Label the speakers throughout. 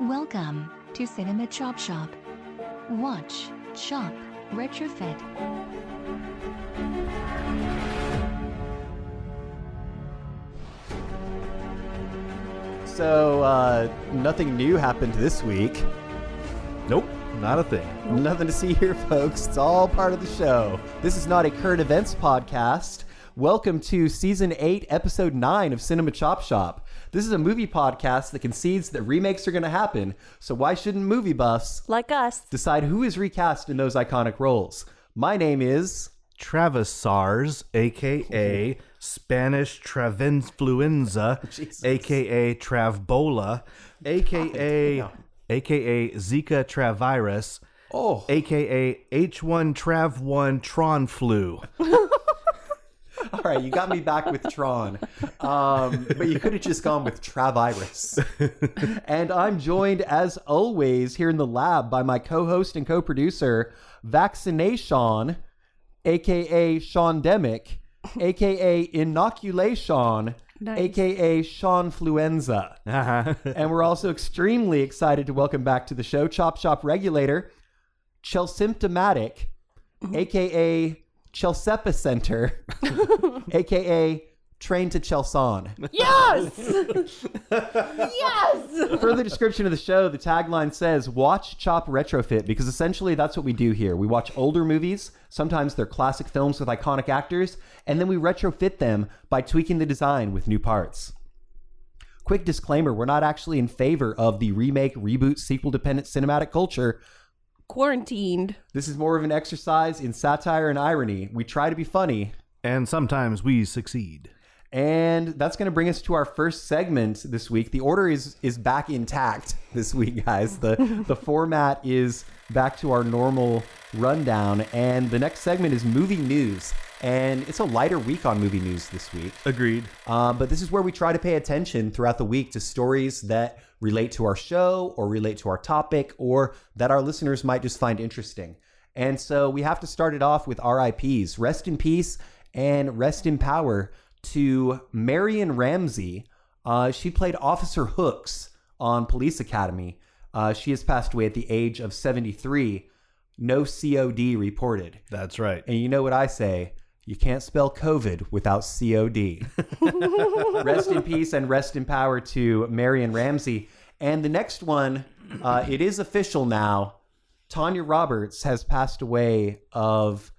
Speaker 1: Welcome to Cinema Chop Shop. Watch, shop, retrofit.
Speaker 2: So, uh, nothing new happened this week.
Speaker 3: Nope, not a thing.
Speaker 2: Nothing to see here, folks. It's all part of the show. This is not a current events podcast. Welcome to season 8, episode 9 of Cinema Chop Shop. This is a movie podcast that concedes that remakes are going to happen, so why shouldn't movie buffs
Speaker 4: like us.
Speaker 2: decide who is recast in those iconic roles? My name is.
Speaker 3: Travis SARS, aka Spanish Travinfluenza,
Speaker 2: Jesus.
Speaker 3: aka Travbola, aka aka Zika Travirus,
Speaker 2: Oh,
Speaker 3: aka H1 Trav1 Tron Flu.
Speaker 2: all right, you got me back with Tron. Um, but you could have just gone with Travirus. and I'm joined, as always, here in the lab by my co host and co producer, Vaccination, aka Sean Demick, aka Inoculation, aka Sean Fluenza.
Speaker 3: Uh-huh.
Speaker 2: And we're also extremely excited to welcome back to the show Chop Shop Regulator, Chelsymptomatic,
Speaker 4: Mm-hmm.
Speaker 2: aka Chelsepa Center, aka Train to Chelson.
Speaker 4: Yes! yes!
Speaker 2: Further description of the show, the tagline says watch, chop, retrofit, because essentially that's what we do here. We watch older movies, sometimes they're classic films with iconic actors, and then we retrofit them by tweaking the design with new parts. Quick disclaimer we're not actually in favor of the remake, reboot, sequel dependent cinematic culture.
Speaker 4: Quarantined.
Speaker 2: This is more of an exercise in satire and irony. We try to be funny,
Speaker 3: and sometimes we succeed.
Speaker 2: and that's going to bring us to our first segment this week. The order is is back intact this week, guys. The the format is back to our normal rundown, and the next segment is movie news. And it's a lighter week on movie news this week.
Speaker 3: Agreed.
Speaker 2: Um, but this is where we try to pay attention throughout the week to stories that relate to our show or relate to our topic or that our listeners might just find interesting. And so we have to start it off with RIPs, rest in peace and rest in power to Marion Ramsey. Uh, she played Officer Hooks on Police Academy. Uh, she has passed away at the age of 73. No COD reported.
Speaker 3: That's right.
Speaker 2: And you know what I say? You can't spell COVID without COD. rest in peace and rest in power to Marion Ramsey. And the next one, uh, it is official now. Tanya Roberts has passed away of,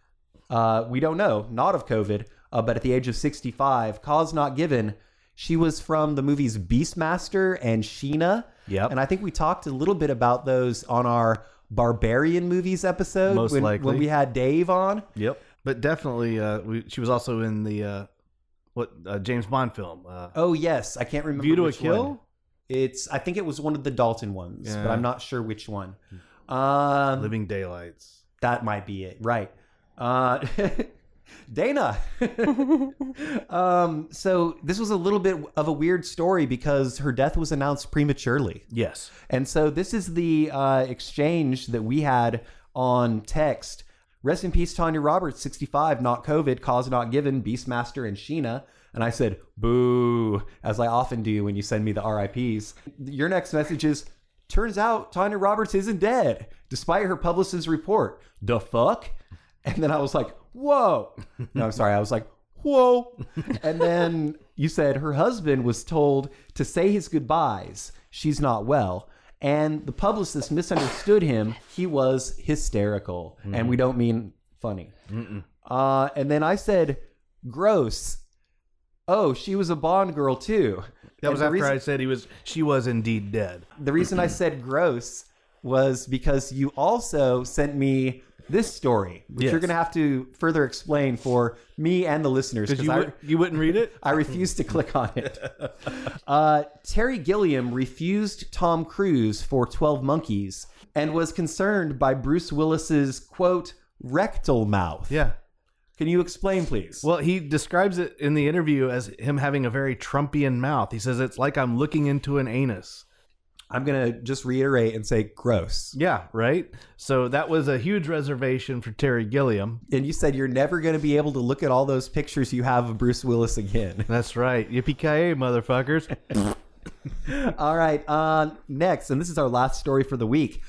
Speaker 2: uh, we don't know, not of COVID, uh, but at the age of 65, cause not given. She was from the movies Beastmaster and Sheena.
Speaker 3: Yep.
Speaker 2: And I think we talked a little bit about those on our Barbarian movies episode
Speaker 3: Most
Speaker 2: when,
Speaker 3: likely.
Speaker 2: when we had Dave on.
Speaker 3: Yep. But definitely, uh, we, she was also in the uh, what uh, James Bond film, uh,
Speaker 2: Oh yes, I can't remember.
Speaker 3: View to a
Speaker 2: which
Speaker 3: Kill.
Speaker 2: one. It's I think it was one of the Dalton ones,
Speaker 3: Yeah. Hmm.
Speaker 2: but I'm not sure which one. Um,
Speaker 3: Living Daylights.
Speaker 2: that might be it, right? Uh, Dana. um, so this was a little bit of a weird story because her death was announced prematurely.
Speaker 3: Yes.
Speaker 2: And so this is the uh, exchange that we had on text. Rest in peace, Tanya Roberts, 65, not COVID, cause not given, Beastmaster, and Sheena. And I said, boo, as I often do when you send me the RIPs. Your next message is, turns out Tanya Roberts isn't dead, despite her publicist's report. The fuck? And then I was like, whoa. No, I'm sorry. I was like, whoa. And then you said her husband was told to say his goodbyes. She's not well. And the publicist misunderstood him. He was hysterical. And we don't mean funny. Uh, and then I said, gross. Oh, she was a Bond girl too.
Speaker 3: That
Speaker 2: And
Speaker 3: was
Speaker 2: the
Speaker 3: after
Speaker 2: reason-
Speaker 3: I said he was. She was indeed dead.
Speaker 2: the reason I said gross was because you also sent me this story, which you're
Speaker 3: Yes.
Speaker 2: going to have to further explain for me and the listeners because
Speaker 3: Because you,
Speaker 2: I,
Speaker 3: would, you wouldn't read it.
Speaker 2: I refused to click on it. Uh, Terry Gilliam refused Tom Cruise for 12 Monkeys and was concerned by Bruce Willis's quote, rectal mouth.
Speaker 3: Yeah.
Speaker 2: Can you explain, please?
Speaker 3: Well, he describes it in the interview as him having a very Trumpian mouth. He says it's like I'm looking into an anus.
Speaker 2: I'm going to just reiterate and say gross.
Speaker 3: Yeah. Right. So that was a huge reservation for Terry Gilliam.
Speaker 2: And you said you're never going to be able to look at all those pictures you have of Bruce Willis again.
Speaker 3: That's right. Yippee ki yay, motherfuckers.
Speaker 2: All right. Uh, next, and this is our last story for the week.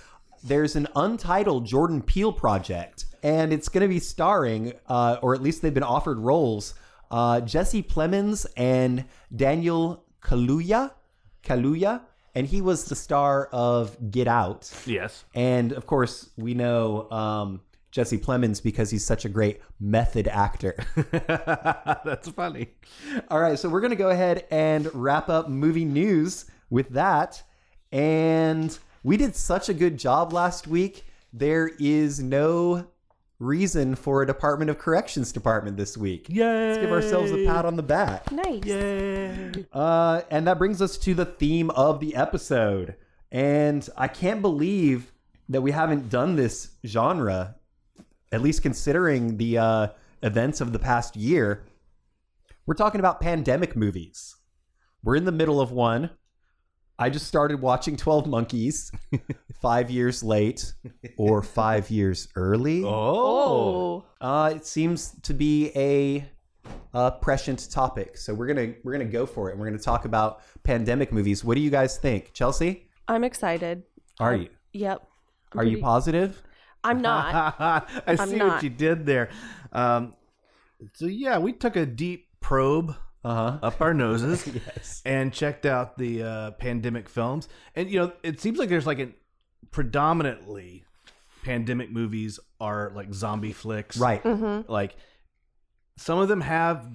Speaker 2: There's an untitled Jordan Peele project, and it's going to be starring, uh, or at least they've been offered roles, uh, Jesse Plemons and Daniel Kaluuya. Kaluuya, and he was the star of Get Out.
Speaker 3: Yes.
Speaker 2: And of course, we know um, Jesse Plemons because he's such a great method actor.
Speaker 3: That's funny.
Speaker 2: All right, so we're going to go ahead and wrap up movie news with that. And we did such a good job last week. There is no reason for a Department of Corrections department this week.
Speaker 3: Yay.
Speaker 2: Let's give ourselves a pat on the back.
Speaker 4: Nice.
Speaker 3: Yay.
Speaker 2: Uh, and that brings us to the theme of the episode. And I can't believe that we haven't done this genre, at least considering the uh, events of the past year. We're talking about pandemic movies. We're in the middle of one. I just started watching 12 Monkeys five years late or five years early.
Speaker 4: Oh.
Speaker 2: Uh, it seems to be a uh, prescient topic, so we're gonna we're gonna go for it. and We're gonna talk about pandemic movies. What do you guys think, Chelsea?
Speaker 4: I'm excited.
Speaker 2: Are you
Speaker 4: Yep.
Speaker 2: are you positive?
Speaker 4: I'm not.
Speaker 3: I see what
Speaker 4: not.
Speaker 3: you did there. Um, so yeah, we took a deep probe
Speaker 2: Uh huh.
Speaker 3: up our noses
Speaker 2: Yes.
Speaker 3: and checked out the uh, pandemic films. And you know, it seems like there's like a predominantly pandemic movies are like zombie flicks,
Speaker 2: Right.
Speaker 4: mm-hmm.
Speaker 3: Like some of them have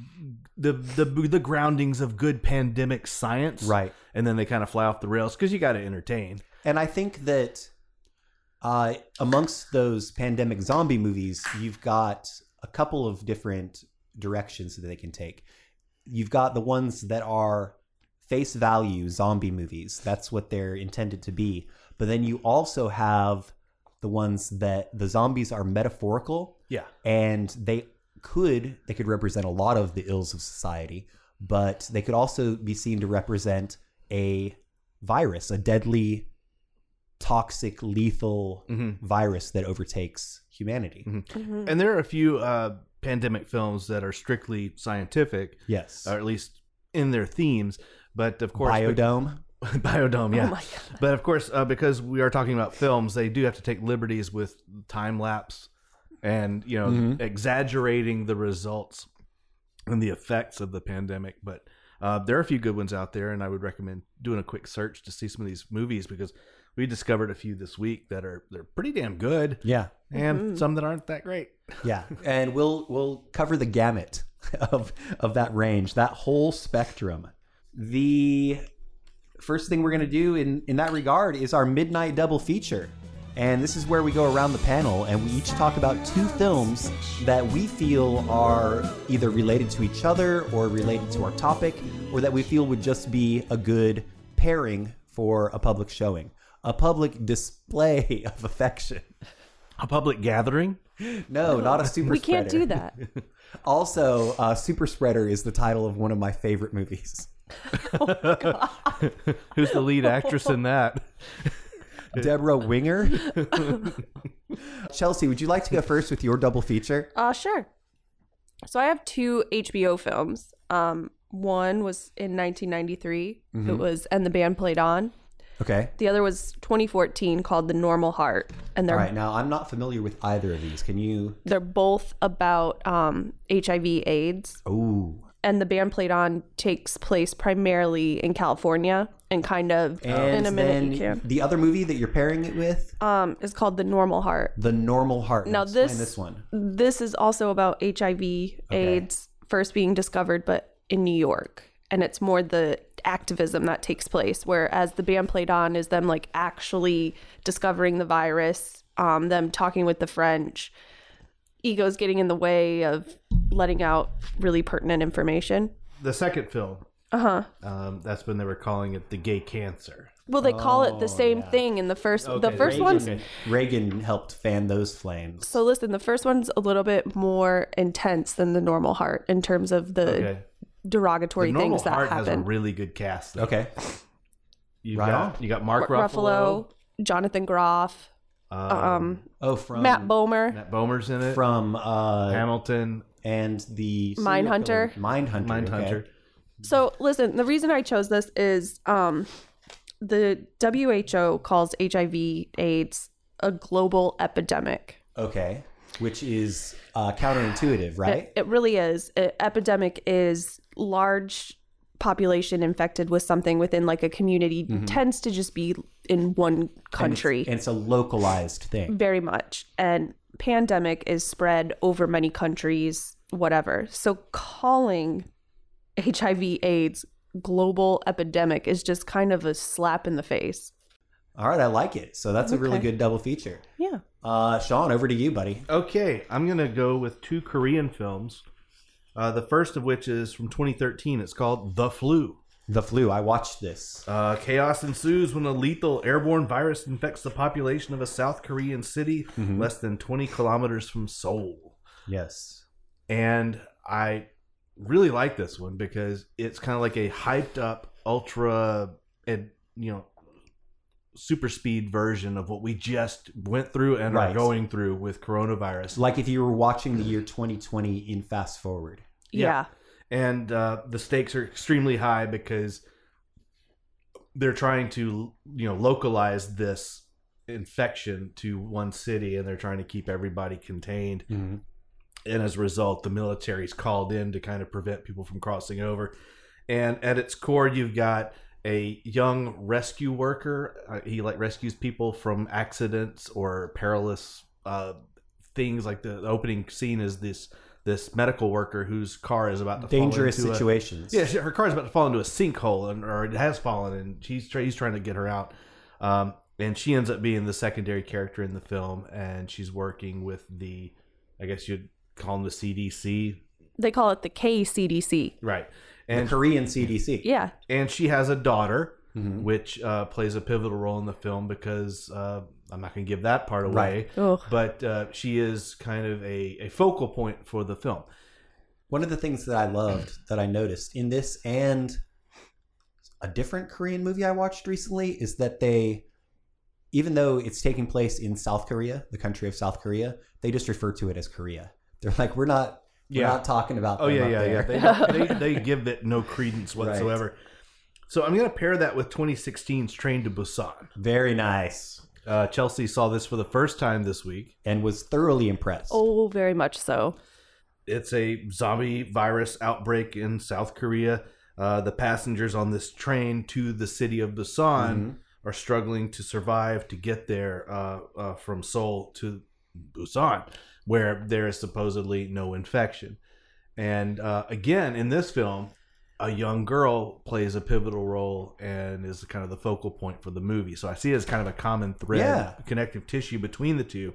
Speaker 3: the the the groundings of good pandemic science,
Speaker 2: Right.
Speaker 3: And then they kind of fly off the rails because you got to entertain.
Speaker 2: And I think that uh, amongst those pandemic zombie movies, you've got a couple of different directions that they can take. You've got the ones that are face value zombie movies. That's what they're intended to be. But then you also have the ones that the zombies are metaphorical
Speaker 3: Yeah,
Speaker 2: and they could they could represent a lot of the ills of society, but they could also be seen to represent a virus, a deadly, toxic, lethal
Speaker 3: mm-hmm.
Speaker 2: virus that overtakes humanity.
Speaker 3: Mhm. and there are a few uh, pandemic films that are strictly scientific,
Speaker 2: Yes,
Speaker 3: or at least in their themes. But of course,
Speaker 2: biodome.
Speaker 3: Biodome, yeah.
Speaker 4: Oh my
Speaker 3: But of course, uh, because we are talking about films, they do have to take liberties with time lapse and you know
Speaker 2: Mhm.
Speaker 3: exaggerating the results and the effects of the pandemic. But uh, there are a few good ones out there, and I would recommend doing a quick search to see some of these movies because we discovered a few this week that are they're pretty damn good
Speaker 2: Yeah,
Speaker 3: and
Speaker 4: Mm-hmm.
Speaker 3: some that aren't that great.
Speaker 2: yeah, and we'll we'll cover the gamut of of that range, that whole spectrum. The first thing we're going to do in in that regard is our midnight double feature. And this is where we go around the panel and we each talk about two films that we feel are either related to each other or related to our topic or that we feel would just be a good pairing for a public showing, a public display of affection.
Speaker 3: A public gathering.
Speaker 2: No, not a super
Speaker 4: We can't
Speaker 2: spreader.
Speaker 4: do that.
Speaker 2: Also, uh, Super Spreader is the title of one of my favorite movies.
Speaker 3: Who's the lead actress in that?
Speaker 2: Deborah Winger. Chelsea, would you like to go first with your double feature?
Speaker 4: Uh, sure. So I have two HBO films. Um, one was in 1993.
Speaker 2: Mm-hmm.
Speaker 4: It was And the Band Played On.
Speaker 2: Okay.
Speaker 4: The other was 2014 called The Normal Heart. And
Speaker 2: All
Speaker 4: they're
Speaker 2: right. Now, I'm not familiar with either of these. Can you?
Speaker 4: they're both about um, HIV AIDS.
Speaker 2: Oh.
Speaker 4: And the band played on takes place primarily in California and kind of
Speaker 2: And
Speaker 4: in a minute
Speaker 2: then
Speaker 4: you can.
Speaker 2: the other movie that you're pairing it with,
Speaker 4: Um, is called The Normal Heart.
Speaker 2: The Normal Heart.
Speaker 4: Now
Speaker 2: Explain
Speaker 4: this-
Speaker 2: this one.
Speaker 4: This is also about HIV AIDS first being discovered but in New York. And it's more the activism that takes place. Whereas the band played on is them like actually discovering the virus, um, them talking with the French, egos getting in the way of letting out really pertinent information.
Speaker 3: The second film.
Speaker 4: Uh huh.
Speaker 3: Um, that's when they were calling it the gay cancer.
Speaker 4: Well, they call it the same thing in the first. the
Speaker 3: Oh, Okay,
Speaker 4: first
Speaker 3: Reagan.
Speaker 4: one's
Speaker 2: Reagan helped fan those flames.
Speaker 4: so listen. The first one's a little bit more intense than the normal heart in terms of the
Speaker 3: Okay.
Speaker 4: derogatory
Speaker 3: Normal
Speaker 4: things that
Speaker 3: Heart has a
Speaker 4: happen.
Speaker 3: really good cast. though.
Speaker 2: Okay.
Speaker 3: you
Speaker 2: Right
Speaker 3: got
Speaker 2: on.
Speaker 3: you got Mark
Speaker 4: Ruffalo,
Speaker 3: Ruffalo,
Speaker 4: Jonathan Groff,
Speaker 3: um,
Speaker 4: um,
Speaker 2: Oh, from
Speaker 4: Matt Bomer,
Speaker 3: Matt Bomer's in it,
Speaker 2: from uh,
Speaker 3: Hamilton,
Speaker 2: and the
Speaker 4: Mindhunter.
Speaker 2: Mindhunter. okay.
Speaker 3: Mindhunter.
Speaker 4: So listen, the reason I chose this is um, the WHO calls HIV/AIDS a global epidemic.
Speaker 2: Okay. Which is uh, counterintuitive,
Speaker 4: It-
Speaker 2: right?
Speaker 4: It, really is. E- epidemic is large population infected with something within like a community tends to just be in one country
Speaker 2: And it's a localized thing.
Speaker 4: very much and pandemic is spread over many countries whatever so calling hiv aids global epidemic is just kind of a slap in the face
Speaker 2: All right, I like it. So that's a really
Speaker 4: Okay.
Speaker 2: good double feature.
Speaker 4: yeah
Speaker 2: Uh, Sean, over to you, buddy.
Speaker 3: Okay, I'm going to go with two Korean films. Uh, the first of which is from 2013. It's called The Flu.
Speaker 2: The flu. I watched this.
Speaker 3: Uh, chaos ensues when a lethal airborne virus infects the population of a South Korean city
Speaker 2: Mhm.
Speaker 3: less than 20 kilometers from Seoul.
Speaker 2: Yes.
Speaker 3: and I really like this one because it's kind of like a hyped up ultra and you know super speed version of what we just went through and
Speaker 2: Right.
Speaker 3: are going through with coronavirus.
Speaker 2: Like if you were watching the year 2020 in fast forward.
Speaker 3: Yeah.
Speaker 4: yeah,
Speaker 3: and uh, the stakes are extremely high because they're trying to you know localize this infection to one city and they're trying to keep everybody contained and as a result the military's called in to kind of prevent people from crossing over and at its core you've got a young rescue worker uh, he like rescues people from accidents or perilous uh, things like the opening scene is this this medical worker whose car is about to
Speaker 2: Dangerous
Speaker 3: fall into a-
Speaker 2: situations.
Speaker 3: yeah, she- her car's about to fall into a sinkhole, and or it has fallen, and she's try he's trying to get her out. Um, and she ends up being the secondary character in the film, and she's working with the, I guess you'd call them the CDC,
Speaker 4: they call it the kcdc
Speaker 3: right?
Speaker 2: And
Speaker 3: And
Speaker 2: Korean CDC.
Speaker 4: yeah
Speaker 3: and she has a daughter,
Speaker 2: Mhm.
Speaker 3: which uh, plays a pivotal role in the film because uh, I'm not going to give that part away
Speaker 2: Right.
Speaker 4: oh
Speaker 3: but uh, she is kind of a, a focal point for the film.
Speaker 2: One of the things that I loved that I noticed in this and a different Korean movie I watched recently is that they, even though it's taking place in South Korea, the country of South Korea, they just refer to it as Korea. They're like, we're not, we're
Speaker 3: Yeah.
Speaker 2: not talking about.
Speaker 3: Oh
Speaker 2: them
Speaker 3: yeah,
Speaker 2: up
Speaker 3: yeah,
Speaker 2: there.
Speaker 3: yeah. They, don't- they they give it no credence
Speaker 2: Right.
Speaker 3: whatsoever. So I'm going to pair that with 2016's Train to Busan.
Speaker 2: Very nice,
Speaker 3: Uh, Chelsea saw this for the first time this week.
Speaker 2: and was thoroughly impressed.
Speaker 4: oh very much so
Speaker 3: It's a zombie virus outbreak in South Korea. Uh, the passengers on this train to the city of Busan
Speaker 2: Mhm.
Speaker 3: are struggling to survive to get there uh, uh, from Seoul to Busan, where there is supposedly no infection. And uh, again, in this film, a young girl plays a pivotal role and is kind of the focal point for the movie. So I see it as kind of a common thread,
Speaker 2: Yeah.
Speaker 3: connective tissue between the two.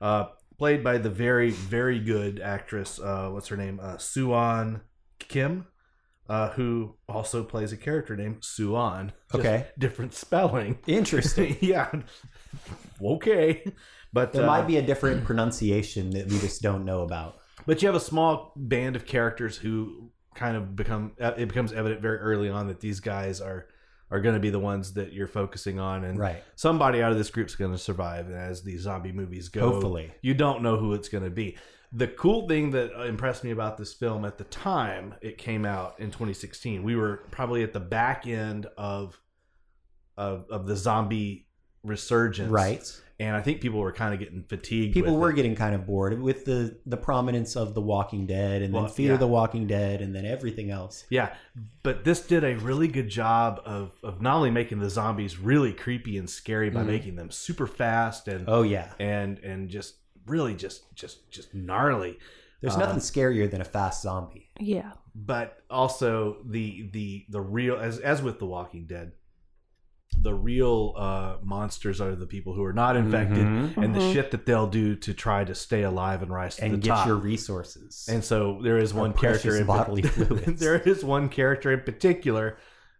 Speaker 3: Uh, played by the very, very good actress, uh, what's her name? Uh, Suan Kim, uh, who also plays a character named Suan. Just
Speaker 2: Okay.
Speaker 3: Different spelling.
Speaker 2: Interesting.
Speaker 3: yeah. okay. But
Speaker 2: There
Speaker 3: uh,
Speaker 2: might be a different pronunciation that we just don't know about.
Speaker 3: But you have a small band of characters who kind of become uh, it becomes evident very early on that these guys are are going to be the ones that you're focusing on and
Speaker 2: Right.
Speaker 3: somebody out of this group's going to survive and as the zombie movies go
Speaker 2: Hopefully.
Speaker 3: you don't know who it's going to be the cool thing that impressed me about this film at the time it came out in 2016 we were probably at the back end of of, of the zombie resurgence
Speaker 2: Right.
Speaker 3: and i think people were kind of getting fatigued
Speaker 2: People
Speaker 3: with
Speaker 2: were
Speaker 3: it.
Speaker 2: getting kind of bored with the the prominence of The Walking Dead and
Speaker 3: Well,
Speaker 2: then Fear
Speaker 3: yeah.
Speaker 2: the Walking Dead and then everything else.
Speaker 3: Yeah, but this did a really good job of of not only making the zombies really creepy and scary by
Speaker 2: Mhm.
Speaker 3: making them super fast and
Speaker 2: Oh yeah.
Speaker 3: and and just really just just just gnarly,
Speaker 2: There's
Speaker 3: Uh,
Speaker 2: nothing scarier than a fast zombie.
Speaker 4: yeah
Speaker 3: but also the the the real as as with the Walking Dead, the real uh, monsters are the people who are not
Speaker 2: Mm-hmm.
Speaker 3: infected and the
Speaker 4: Mhm.
Speaker 3: shit that they'll do to try to stay alive and rise to
Speaker 2: And
Speaker 3: the
Speaker 2: get
Speaker 3: top.
Speaker 2: your resources.
Speaker 3: And so there is
Speaker 2: Or
Speaker 3: one character
Speaker 2: precious
Speaker 3: in
Speaker 2: bodily fluids.
Speaker 3: there is one character in particular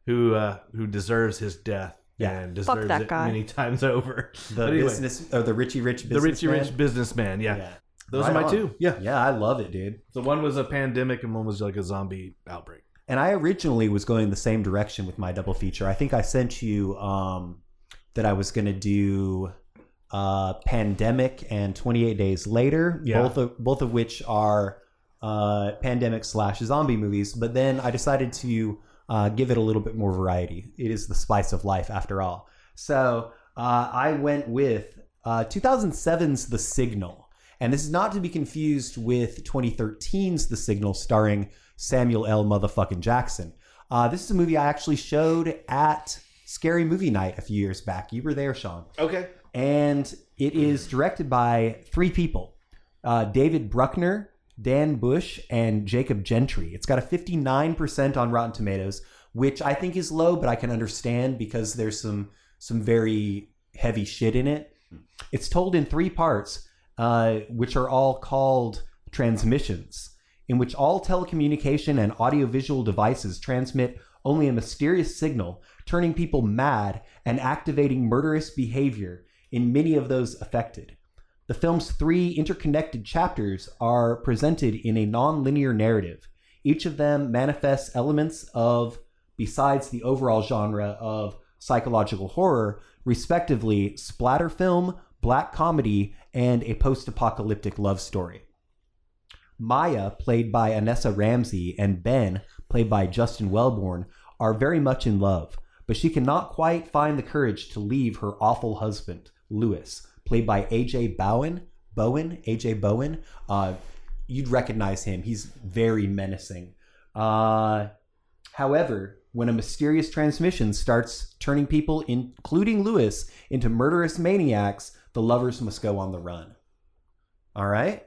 Speaker 3: who uh, who deserves his death
Speaker 2: Yeah.
Speaker 3: and
Speaker 4: Fuck
Speaker 3: deserves
Speaker 4: that
Speaker 3: it
Speaker 4: guy.
Speaker 3: many times over.
Speaker 2: the
Speaker 3: But anyway,
Speaker 2: business or the Richie Rich
Speaker 3: the
Speaker 2: business.
Speaker 3: Richie Rich businessman. Yeah, those
Speaker 2: Right
Speaker 3: are my
Speaker 2: on.
Speaker 3: two. Yeah,
Speaker 2: Yeah, I love it, dude.
Speaker 3: so one was a pandemic and one was like a zombie outbreak.
Speaker 2: And I originally was going the same direction with my double feature. I think I sent you um, that I was going to do uh, Pandemic and 28 Days Later,
Speaker 3: Yeah.
Speaker 2: both of, both of which are uh, pandemic slash zombie movies. But then I decided to uh, give it a little bit more variety. It is the spice of life, after all. So uh, I went with uh, 2007's The Signal. And this is not to be confused with 2013's The Signal, starring Samuel L. Motherfucking Jackson. Uh, this is a movie I actually showed at Scary Movie Night a few years back. You were there, Sean
Speaker 3: Okay.
Speaker 2: and it is directed by three people uh, David Bruckner, Dan Bush, and Jacob Gentry. It's got a 59% on Rotten Tomatoes, which I think is low, but I can understand because there's some some very heavy shit in it. It's told in three parts, uh, which are all called transmissions, in which all telecommunication and audiovisual devices transmit only a mysterious signal, turning people mad and activating murderous behavior in many of those affected. The film's three interconnected chapters are presented in a non-linear narrative. Each of them manifests elements of, besides the overall genre of psychological horror, respectively splatter film, black comedy, and a post-apocalyptic love story. Maya, played by Anessa Ramsey, and Ben, played by Justin Wellborn, are very much in love, but she cannot quite find the courage to leave her awful husband, Lewis, played by AJ Bowen. Bowen, AJ Bowen. Uh, you'd recognize him. He's very menacing. Uh, However, when a mysterious transmission starts turning people, including Lewis, into murderous maniacs, the lovers must go on the run. All right?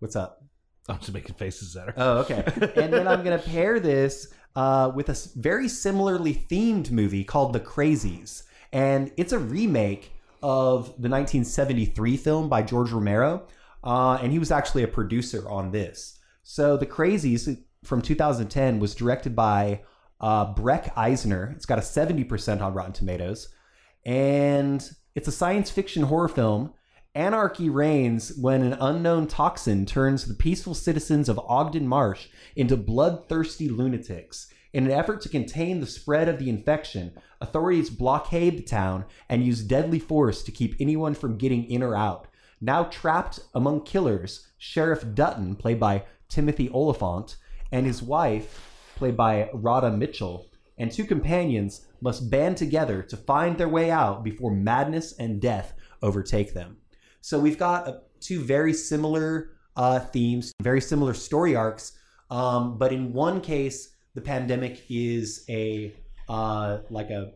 Speaker 2: What's up?
Speaker 3: I'm just making faces at her.
Speaker 2: Oh, okay. and then I'm going to pair this uh, with a s- very similarly themed movie called The Crazies. And it's a remake of the 1973 film by George Romero. Uh, and he was actually a producer on this. So The Crazies uh, from 2010 was directed by uh, Breck Eisner. It's got a 70% on Rotten Tomatoes. And it's a science fiction horror film Anarchy reigns when an unknown toxin turns the peaceful citizens of Ogden Marsh into bloodthirsty lunatics. In an effort to contain the spread of the infection, authorities blockade the town and use deadly force to keep anyone from getting in or out. Now trapped among killers, Sheriff Dutton, played by Timothy Oliphant, and his wife, played by Rhoda Mitchell, and two companions must band together to find their way out before madness and death overtake them. So we've got uh, two very similar uh, themes, very similar story arcs, um, but in one case, the pandemic is a uh, like a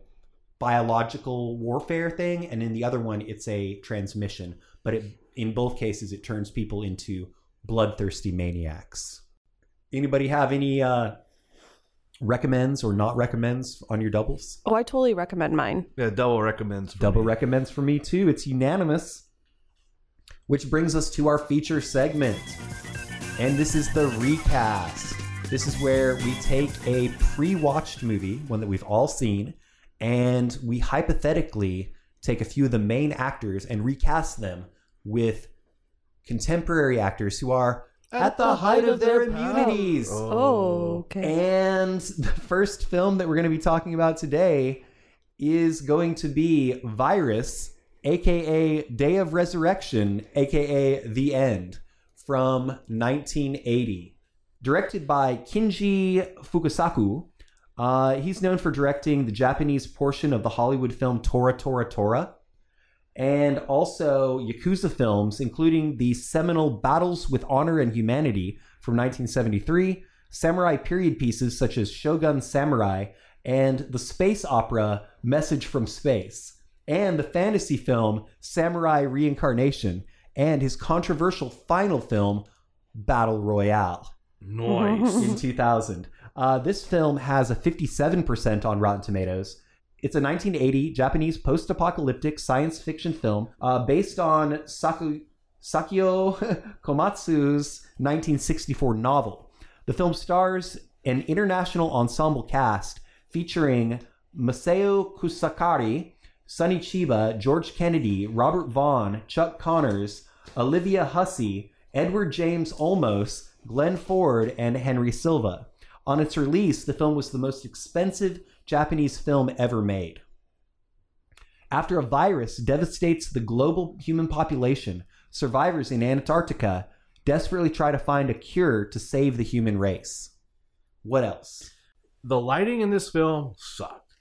Speaker 2: biological warfare thing, and in the other one, it's a transmission. But it, in both cases, it turns people into bloodthirsty maniacs. Anybody have any uh, recommends or not recommends on your doubles?
Speaker 4: Oh, I totally recommend mine.
Speaker 3: Yeah, double recommends. for
Speaker 2: Double
Speaker 3: me.
Speaker 2: recommends for me too. It's unanimous. Which brings us to our feature segment. And this is the recast. This is where we take a pre watched movie, one that we've all seen, and we hypothetically take a few of the main actors and recast them with contemporary actors who are at, the, height of their,
Speaker 3: power.
Speaker 2: immunities.
Speaker 4: Oh, okay.
Speaker 2: And the first film that we're going to be talking about today is going to be Virus, aka Day of Resurrection, aka The End, from 1980. Directed by Kinji Fukasaku. Uh, he's known for directing the Japanese portion of the Hollywood film Tora Tora Tora and also Yakuza films, including the seminal Battles with Honor and Humanity from 1973, samurai period pieces such as Shogun Samurai, and the space opera Message from Space, and the fantasy film Samurai Reincarnation, and his controversial final film, Battle Royale
Speaker 3: Nice.
Speaker 2: in 2000. Uh, this film has a 57% on Rotten Tomatoes. It's a 1980 Japanese post apocalyptic science fiction film uh, based on Saku, Sakio Komatsu's 1964 novel. The film stars an international ensemble cast featuring Masao Kusakari, Sonny Chiba, George Kennedy, Robert Vaughn, Chuck Connors, Olivia Hussey, Edward James Olmos, Glenn Ford, and Henry Silva. On its release, the film was the most expensive Japanese film ever made. After a virus devastates the global human population, survivors in Antarctica desperately try to find a cure to save the human race. What else?
Speaker 3: The lighting in this film sucked.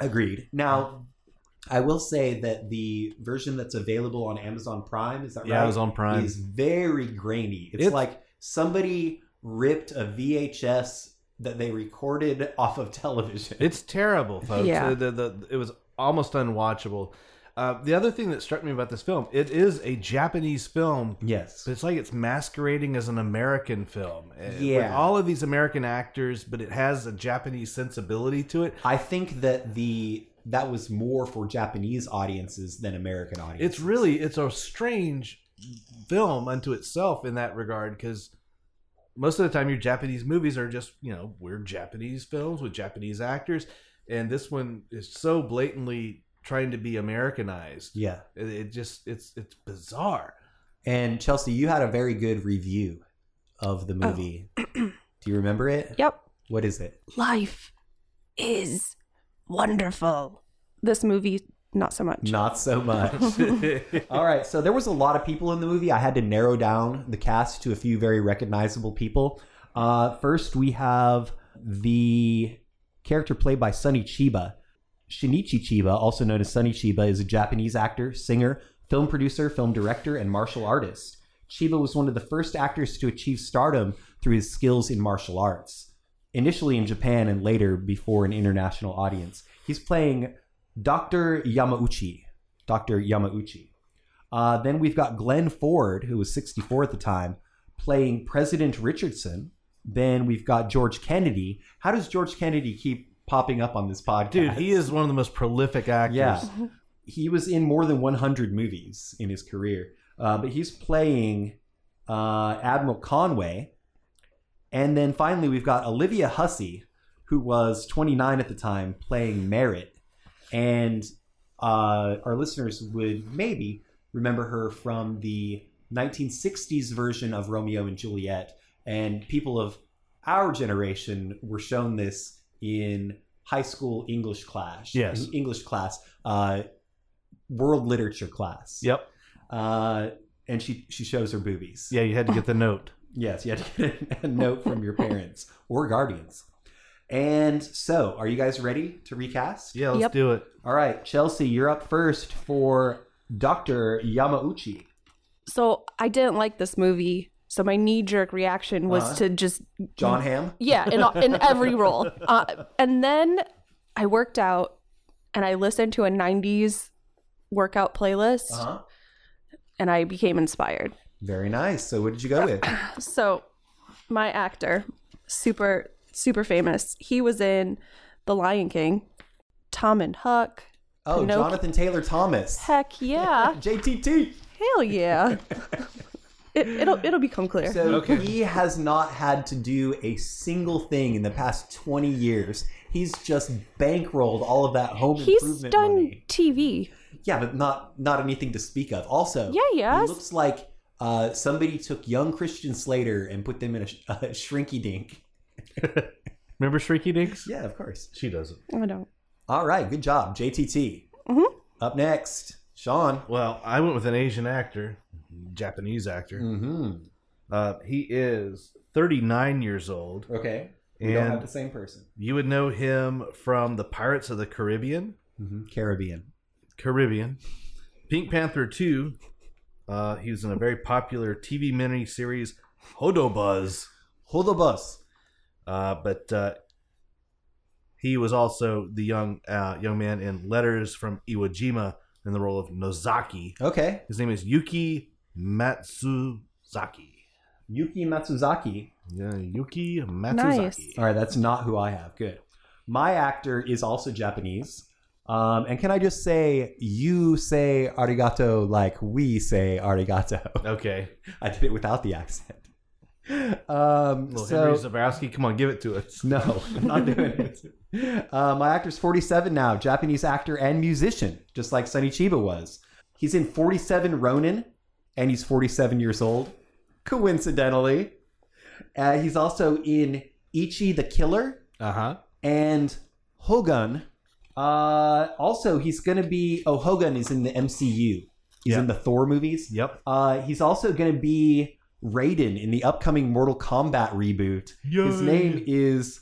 Speaker 2: Agreed. Now, I will say that the version that's available on Amazon Prime is that
Speaker 3: Yeah,
Speaker 2: right?
Speaker 3: it was on Prime.
Speaker 2: Is very grainy. It's,
Speaker 3: It's-
Speaker 2: like somebody ripped a VHS that they recorded off of television.
Speaker 3: It's terrible, folks.
Speaker 4: Yeah.
Speaker 3: The- the- the- it was almost unwatchable. Uh, the other thing that struck me about this film, it is a Japanese film,
Speaker 2: yes.
Speaker 3: but it's like it's masquerading as an American film. Uh, With
Speaker 2: Yeah.
Speaker 3: all of these American actors, but it has a Japanese sensibility to it.
Speaker 2: I think that the that was more for Japanese audiences than American audiences.
Speaker 3: It's really, it's a strange film unto itself in that regard because most of the time your Japanese movies are just, you know, weird Japanese films with Japanese actors. And this one is so blatantly trying to be Americanized.
Speaker 2: yeah.
Speaker 3: It, it just it's it's bizarre.
Speaker 2: And Chelsea, you had a very good review of the movie. Do you remember it?
Speaker 4: Yep.
Speaker 2: What is it?
Speaker 4: Life is wonderful. This movie, not so much.
Speaker 2: Not so much. All right, so there was a lot of people in the movie. I had to narrow down the cast to a few very recognizable people. Uh, first, we have the character played by Sonny Chiba. Shinichi Chiba, also known as Sonny Chiba, is a Japanese actor, singer, film producer, film director, and martial artist. Chiba was one of the first actors to achieve stardom through his skills in martial arts, initially in Japan and later before an international audience. He's playing Dr. Yamauchi. Dr. Yamauchi. Uh, then we've got Glenn Ford, who was 64 at the time, playing President Richardson. Then we've got George Kennedy. How does George Kennedy keep popping up on this podcast?
Speaker 3: Dude, he is one of the most prolific actors.
Speaker 2: Yeah. He was in more than 100 movies in his career, uh, but he's playing uh, Admiral Conway. And then finally, we've got Olivia Hussey, who was 29 at the time, playing Merritt. And uh, our listeners would maybe remember her from the 1960s version of Romeo and Juliet. And people of our generation were shown this in high school English class.
Speaker 3: Yes.
Speaker 2: English class, uh, world literature class.
Speaker 3: Yep.
Speaker 2: Uh, and she, she shows her boobies.
Speaker 3: Yeah, you had to get the note.
Speaker 2: Yes, you had to get a note from your parents or guardians. And so, are you guys ready to recast?
Speaker 3: Yeah, let's
Speaker 4: Yep.
Speaker 3: do it.
Speaker 2: All right, Chelsea, you're up first for Dr. Yamauchi.
Speaker 4: So I didn't like this movie. So my knee jerk reaction was
Speaker 2: Uh-huh.
Speaker 4: to just Mm.
Speaker 2: John Hamm?
Speaker 4: Yeah, in in every role. Uh, and then I worked out, and I listened to a '90s workout playlist,
Speaker 2: Uh-huh.
Speaker 4: and I became inspired.
Speaker 2: Very nice. So, what did you go with?
Speaker 4: So, my actor, super super famous. He was in The Lion King, Tom and Huck.
Speaker 2: Oh,
Speaker 4: Pinocchio.
Speaker 2: Jonathan Taylor Thomas.
Speaker 4: Heck yeah,
Speaker 2: JTT.
Speaker 4: hell yeah. It, it'll it'll become clear.
Speaker 2: So he has not had to do a single thing in the past 20 years. He's just bankrolled all of that home
Speaker 4: He's
Speaker 2: improvement
Speaker 4: done
Speaker 2: money.
Speaker 4: TV.
Speaker 2: Yeah, but not not anything to speak of. Also,
Speaker 4: Yeah,
Speaker 2: he
Speaker 4: yes.
Speaker 2: looks like uh, somebody took young Christian Slater and put them in a, sh- a shrinky dink.
Speaker 3: Remember Shrieky Dinks?
Speaker 2: Yeah, of course.
Speaker 3: She doesn't.
Speaker 4: I don't.
Speaker 2: All right, good job, JTT. Up next, Sean.
Speaker 3: Well, I went with an Asian actor, Japanese actor.
Speaker 2: Mm-hmm.
Speaker 3: Uh, he is 39 years old.
Speaker 2: Okay, we don't have
Speaker 3: And
Speaker 2: the same person.
Speaker 3: you would know him from the Pirates of the Caribbean.
Speaker 2: Mm-hmm. Caribbean.
Speaker 3: Caribbean. Pink Panther 2. Uh, he was in a very popular TV mini series, Hodobuzz.
Speaker 2: Hold the bus.
Speaker 3: Uh, but uh, he was also the young uh, young man in Letters from Iwo Jima in the role of Nozaki.
Speaker 2: Okay,
Speaker 3: His name is Yuki Matsuzaki.
Speaker 2: Yuki Matsuzaki.
Speaker 3: Yeah, Yuki Matsuzaki.
Speaker 4: Nice.
Speaker 2: All right, that's not who I have. Good. My actor is also Japanese. Um, and can I just say, you say arigato like we say arigato.
Speaker 3: Okay,
Speaker 2: I did it without the accent. Um,
Speaker 3: little
Speaker 2: so
Speaker 3: Henry Zabrowski, come on, give it to us.
Speaker 2: no, I'm not doing it. Uh, my actor's 47 now, Japanese actor and musician, just like Sonny Chiba was. He's in 47 Ronin, and he's 47 years old. Coincidentally, uh, he's also in Ichi the Killer
Speaker 3: Uh huh.
Speaker 2: and Hogan. Uh, also, he's going to be. Oh, Hogan is in the MCU. He's
Speaker 3: Yeah.
Speaker 2: in the Thor movies.
Speaker 3: Yep.
Speaker 2: Uh, he's also going to be Raiden in the upcoming Mortal Kombat reboot. His
Speaker 3: Yay.
Speaker 2: name is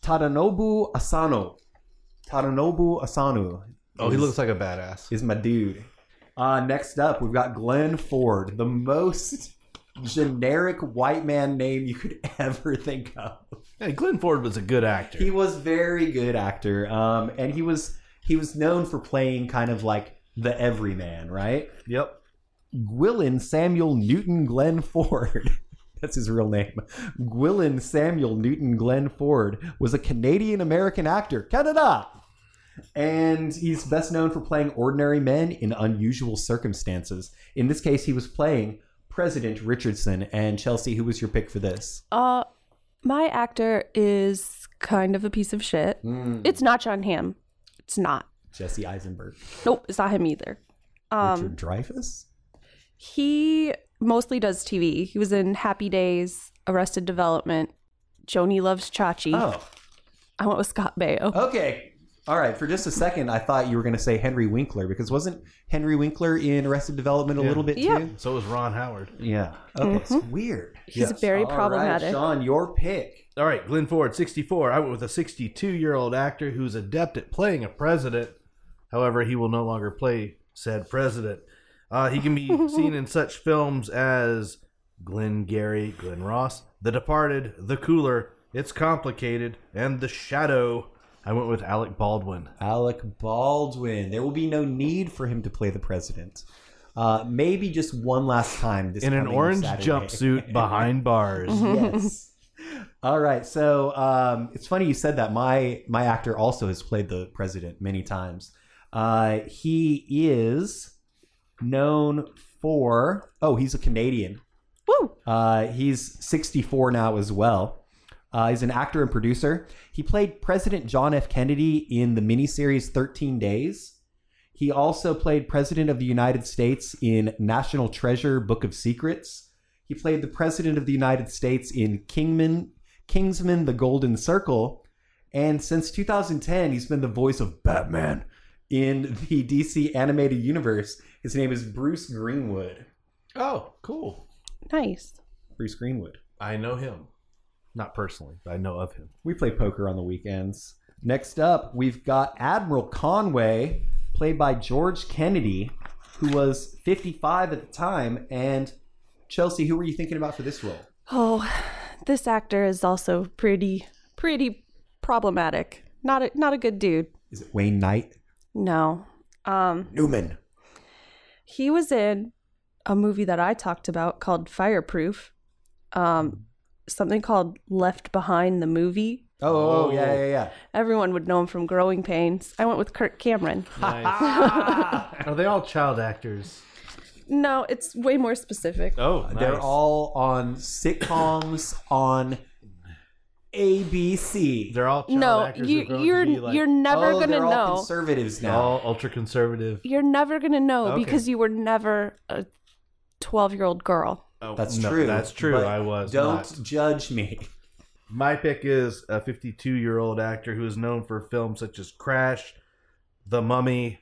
Speaker 2: Tadanobu Asano. Tadanobu Asano.
Speaker 3: Oh, he
Speaker 2: is-
Speaker 3: looks like a badass.
Speaker 2: is my dude. Uh, next up, we've got Glenn Ford, the most generic white man name you could ever think of.
Speaker 3: Hey, Glenn Ford was a good actor.
Speaker 2: He was very good actor, um, and he was he was known for playing kind of like the everyman, right?
Speaker 3: yep.
Speaker 2: Gwilyn Samuel Newton Glenn Ford. That's his real name. Gwilyn Samuel Newton Glenn Ford was a Canadian American actor. Canada! And he's best known for playing ordinary men in unusual circumstances. In this case, he was playing President Richardson. And Chelsea, who was your pick for this?
Speaker 4: Uh, my actor is kind of a piece of
Speaker 2: Mm.
Speaker 4: shit.
Speaker 3: Hmm.
Speaker 4: It's not John Hamm. It's not.
Speaker 2: Jesse Eisenberg.
Speaker 4: Nope, it's not him either. Um,
Speaker 2: Richard Dreyfus?
Speaker 4: he mostly does TV. He was in Happy Days, Arrested Development, Joni Loves Chachi.
Speaker 2: Oh,
Speaker 4: I went with Scott Baio.
Speaker 2: okay. All right. For just a second, I thought you were going to say Henry Winkler because wasn't Henry Winkler in Arrested Development a
Speaker 3: Yeah.
Speaker 2: little bit
Speaker 4: Yep. Mm-hmm.
Speaker 2: too?
Speaker 3: So was Ron Howard.
Speaker 2: Yeah. Okay. It's weird.
Speaker 4: He's very
Speaker 2: All right,
Speaker 4: problematic.
Speaker 2: Sean, your pick.
Speaker 3: All right, Glenn Ford, 64. I went with a 62 year old actor who's adept at playing a president. However, he will no longer play said president. Uh, he can be seen in such films as Glenn Gary, Glenn Ross, The Departed, The Cooler, It's Complicated, and The Shadow. I went with Alec Baldwin.
Speaker 2: Alec Baldwin. There will be no need for him to play the president. Uh, maybe just one last time. This
Speaker 3: in an
Speaker 2: coming
Speaker 3: orange
Speaker 2: Saturday.
Speaker 3: jumpsuit behind bars.
Speaker 2: yes. All right. So um, it's funny you said that. My my actor also has played the president many times. Uh, he is known for oh he's a Canadian.
Speaker 4: Woo!
Speaker 2: Uh, he's 64 now as well. Uh, he's an actor and producer. He played President John F. Kennedy in the miniseries 13 Days. He also played President of the United States in National Treasure Book of Secrets. He played the President of the United States in Kingman, Kingsman The Golden Circle. And since 2010, he's been the voice of Batman in the DC animated universe. His name is Bruce Greenwood.
Speaker 3: Oh, cool.
Speaker 4: Nice.
Speaker 2: Bruce Greenwood.
Speaker 3: I know him. Not personally, but I know of him.
Speaker 2: We play poker on the weekends. Next up, we've got Admiral Conway, played by George Kennedy, who was 55 at the time. And Chelsea, who were you thinking about for this role?
Speaker 4: Oh, this actor is also pretty, pretty problematic. Not a, not a good dude.
Speaker 2: Is it Wayne Knight?
Speaker 4: No. Um,
Speaker 2: Newman.
Speaker 4: he was in a movie that I talked about called Fireproof. Um, something called Left Behind the movie.
Speaker 2: Oh, oh, oh, yeah, yeah, yeah.
Speaker 4: Everyone would know him from Growing Pains. I went with Kirk Cameron.
Speaker 3: Are they all child actors?
Speaker 4: No, it's way more specific.
Speaker 3: Oh,
Speaker 2: They're all on sitcoms on ABC.
Speaker 3: They're all child
Speaker 4: no,
Speaker 3: actors.
Speaker 4: you,
Speaker 3: who've grown to
Speaker 4: you're
Speaker 3: be, like,
Speaker 4: you're never
Speaker 2: Oh,
Speaker 4: gonna
Speaker 2: they're all
Speaker 4: know.
Speaker 2: conservatives
Speaker 3: they're
Speaker 2: now.
Speaker 3: all ultra conservative.
Speaker 4: You're never gonna know
Speaker 3: Okay.
Speaker 4: because you were never a twelve year old girl.
Speaker 3: Oh,
Speaker 2: that's
Speaker 3: no,
Speaker 2: true.
Speaker 3: That's true.
Speaker 2: but
Speaker 3: I was
Speaker 2: Don't
Speaker 3: not.
Speaker 2: judge me.
Speaker 3: My pick is a 52 year old actor who is known for films such as Crash, The Mummy,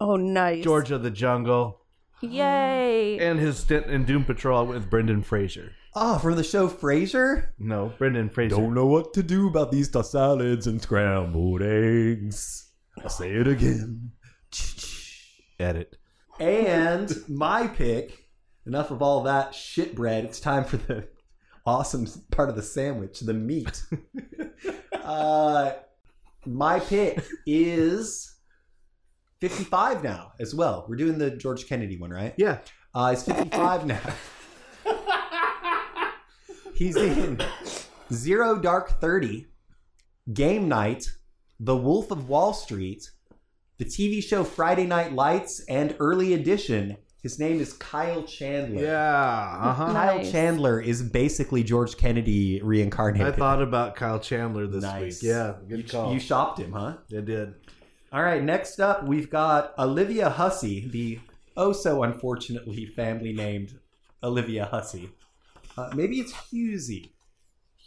Speaker 4: Oh, nice,
Speaker 3: Georgia the Jungle,
Speaker 4: Yay!
Speaker 3: and his stint in Doom Patrol with Brendan Fraser.
Speaker 2: Oh, from the show Frasier?
Speaker 3: No, Brendan Fraser.
Speaker 2: Don't know what to do about these tossed salads and scrambled eggs. I'll say it again.
Speaker 3: edit.
Speaker 2: And my pick. Enough of all that shit bread. It's time for the awesome part of the sandwich, the meat. uh, my pick is 55 now as well. We're doing the George Kennedy one, right?
Speaker 3: Yeah.
Speaker 2: Uh, he's 55 now. he's in Zero Dark 30, Game Night, The Wolf of Wall Street, the TV show Friday Night Lights, and Early Edition. His name is Kyle Chandler.
Speaker 3: Yeah. Uh huh.
Speaker 2: Kyle
Speaker 4: Nice.
Speaker 2: Chandler is basically George Kennedy reincarnated.
Speaker 3: I thought about Kyle Chandler this
Speaker 2: Nice.
Speaker 3: week. Yeah, good
Speaker 2: you,
Speaker 3: call.
Speaker 2: you shopped him, huh?
Speaker 3: I did.
Speaker 2: All right, next up, we've got Olivia Hussey, the oh so unfortunately family named Olivia Hussey. Uh, maybe it's Husey.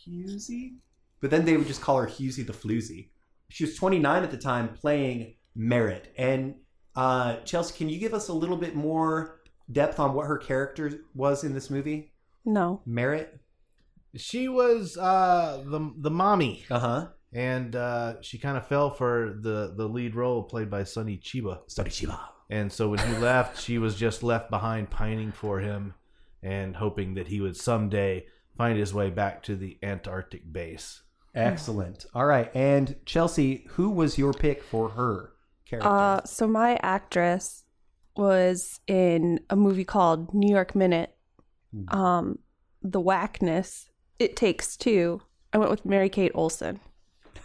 Speaker 2: Husey? But then they would just call her Husey the Floozy. She was 29 at the time playing Merritt. And uh, Chelsea, can you give us a little bit more depth on what her character was in this movie?
Speaker 4: No.
Speaker 2: Merritt.
Speaker 3: She was uh, the the mommy,
Speaker 2: Uh huh.
Speaker 3: and uh, she kind of fell for the the lead role played by Sonny Chiba.
Speaker 2: Sonny Chiba.
Speaker 3: And so when he left, she was just left behind pining for him and hoping that he would someday find his way back to the Antarctic base.
Speaker 2: Excellent. All right. And Chelsea, who was your pick for her character?
Speaker 4: Uh, so my actress was in a movie called New York Minute. Um, the whackness. It takes two. I went with Mary Kate Olsen.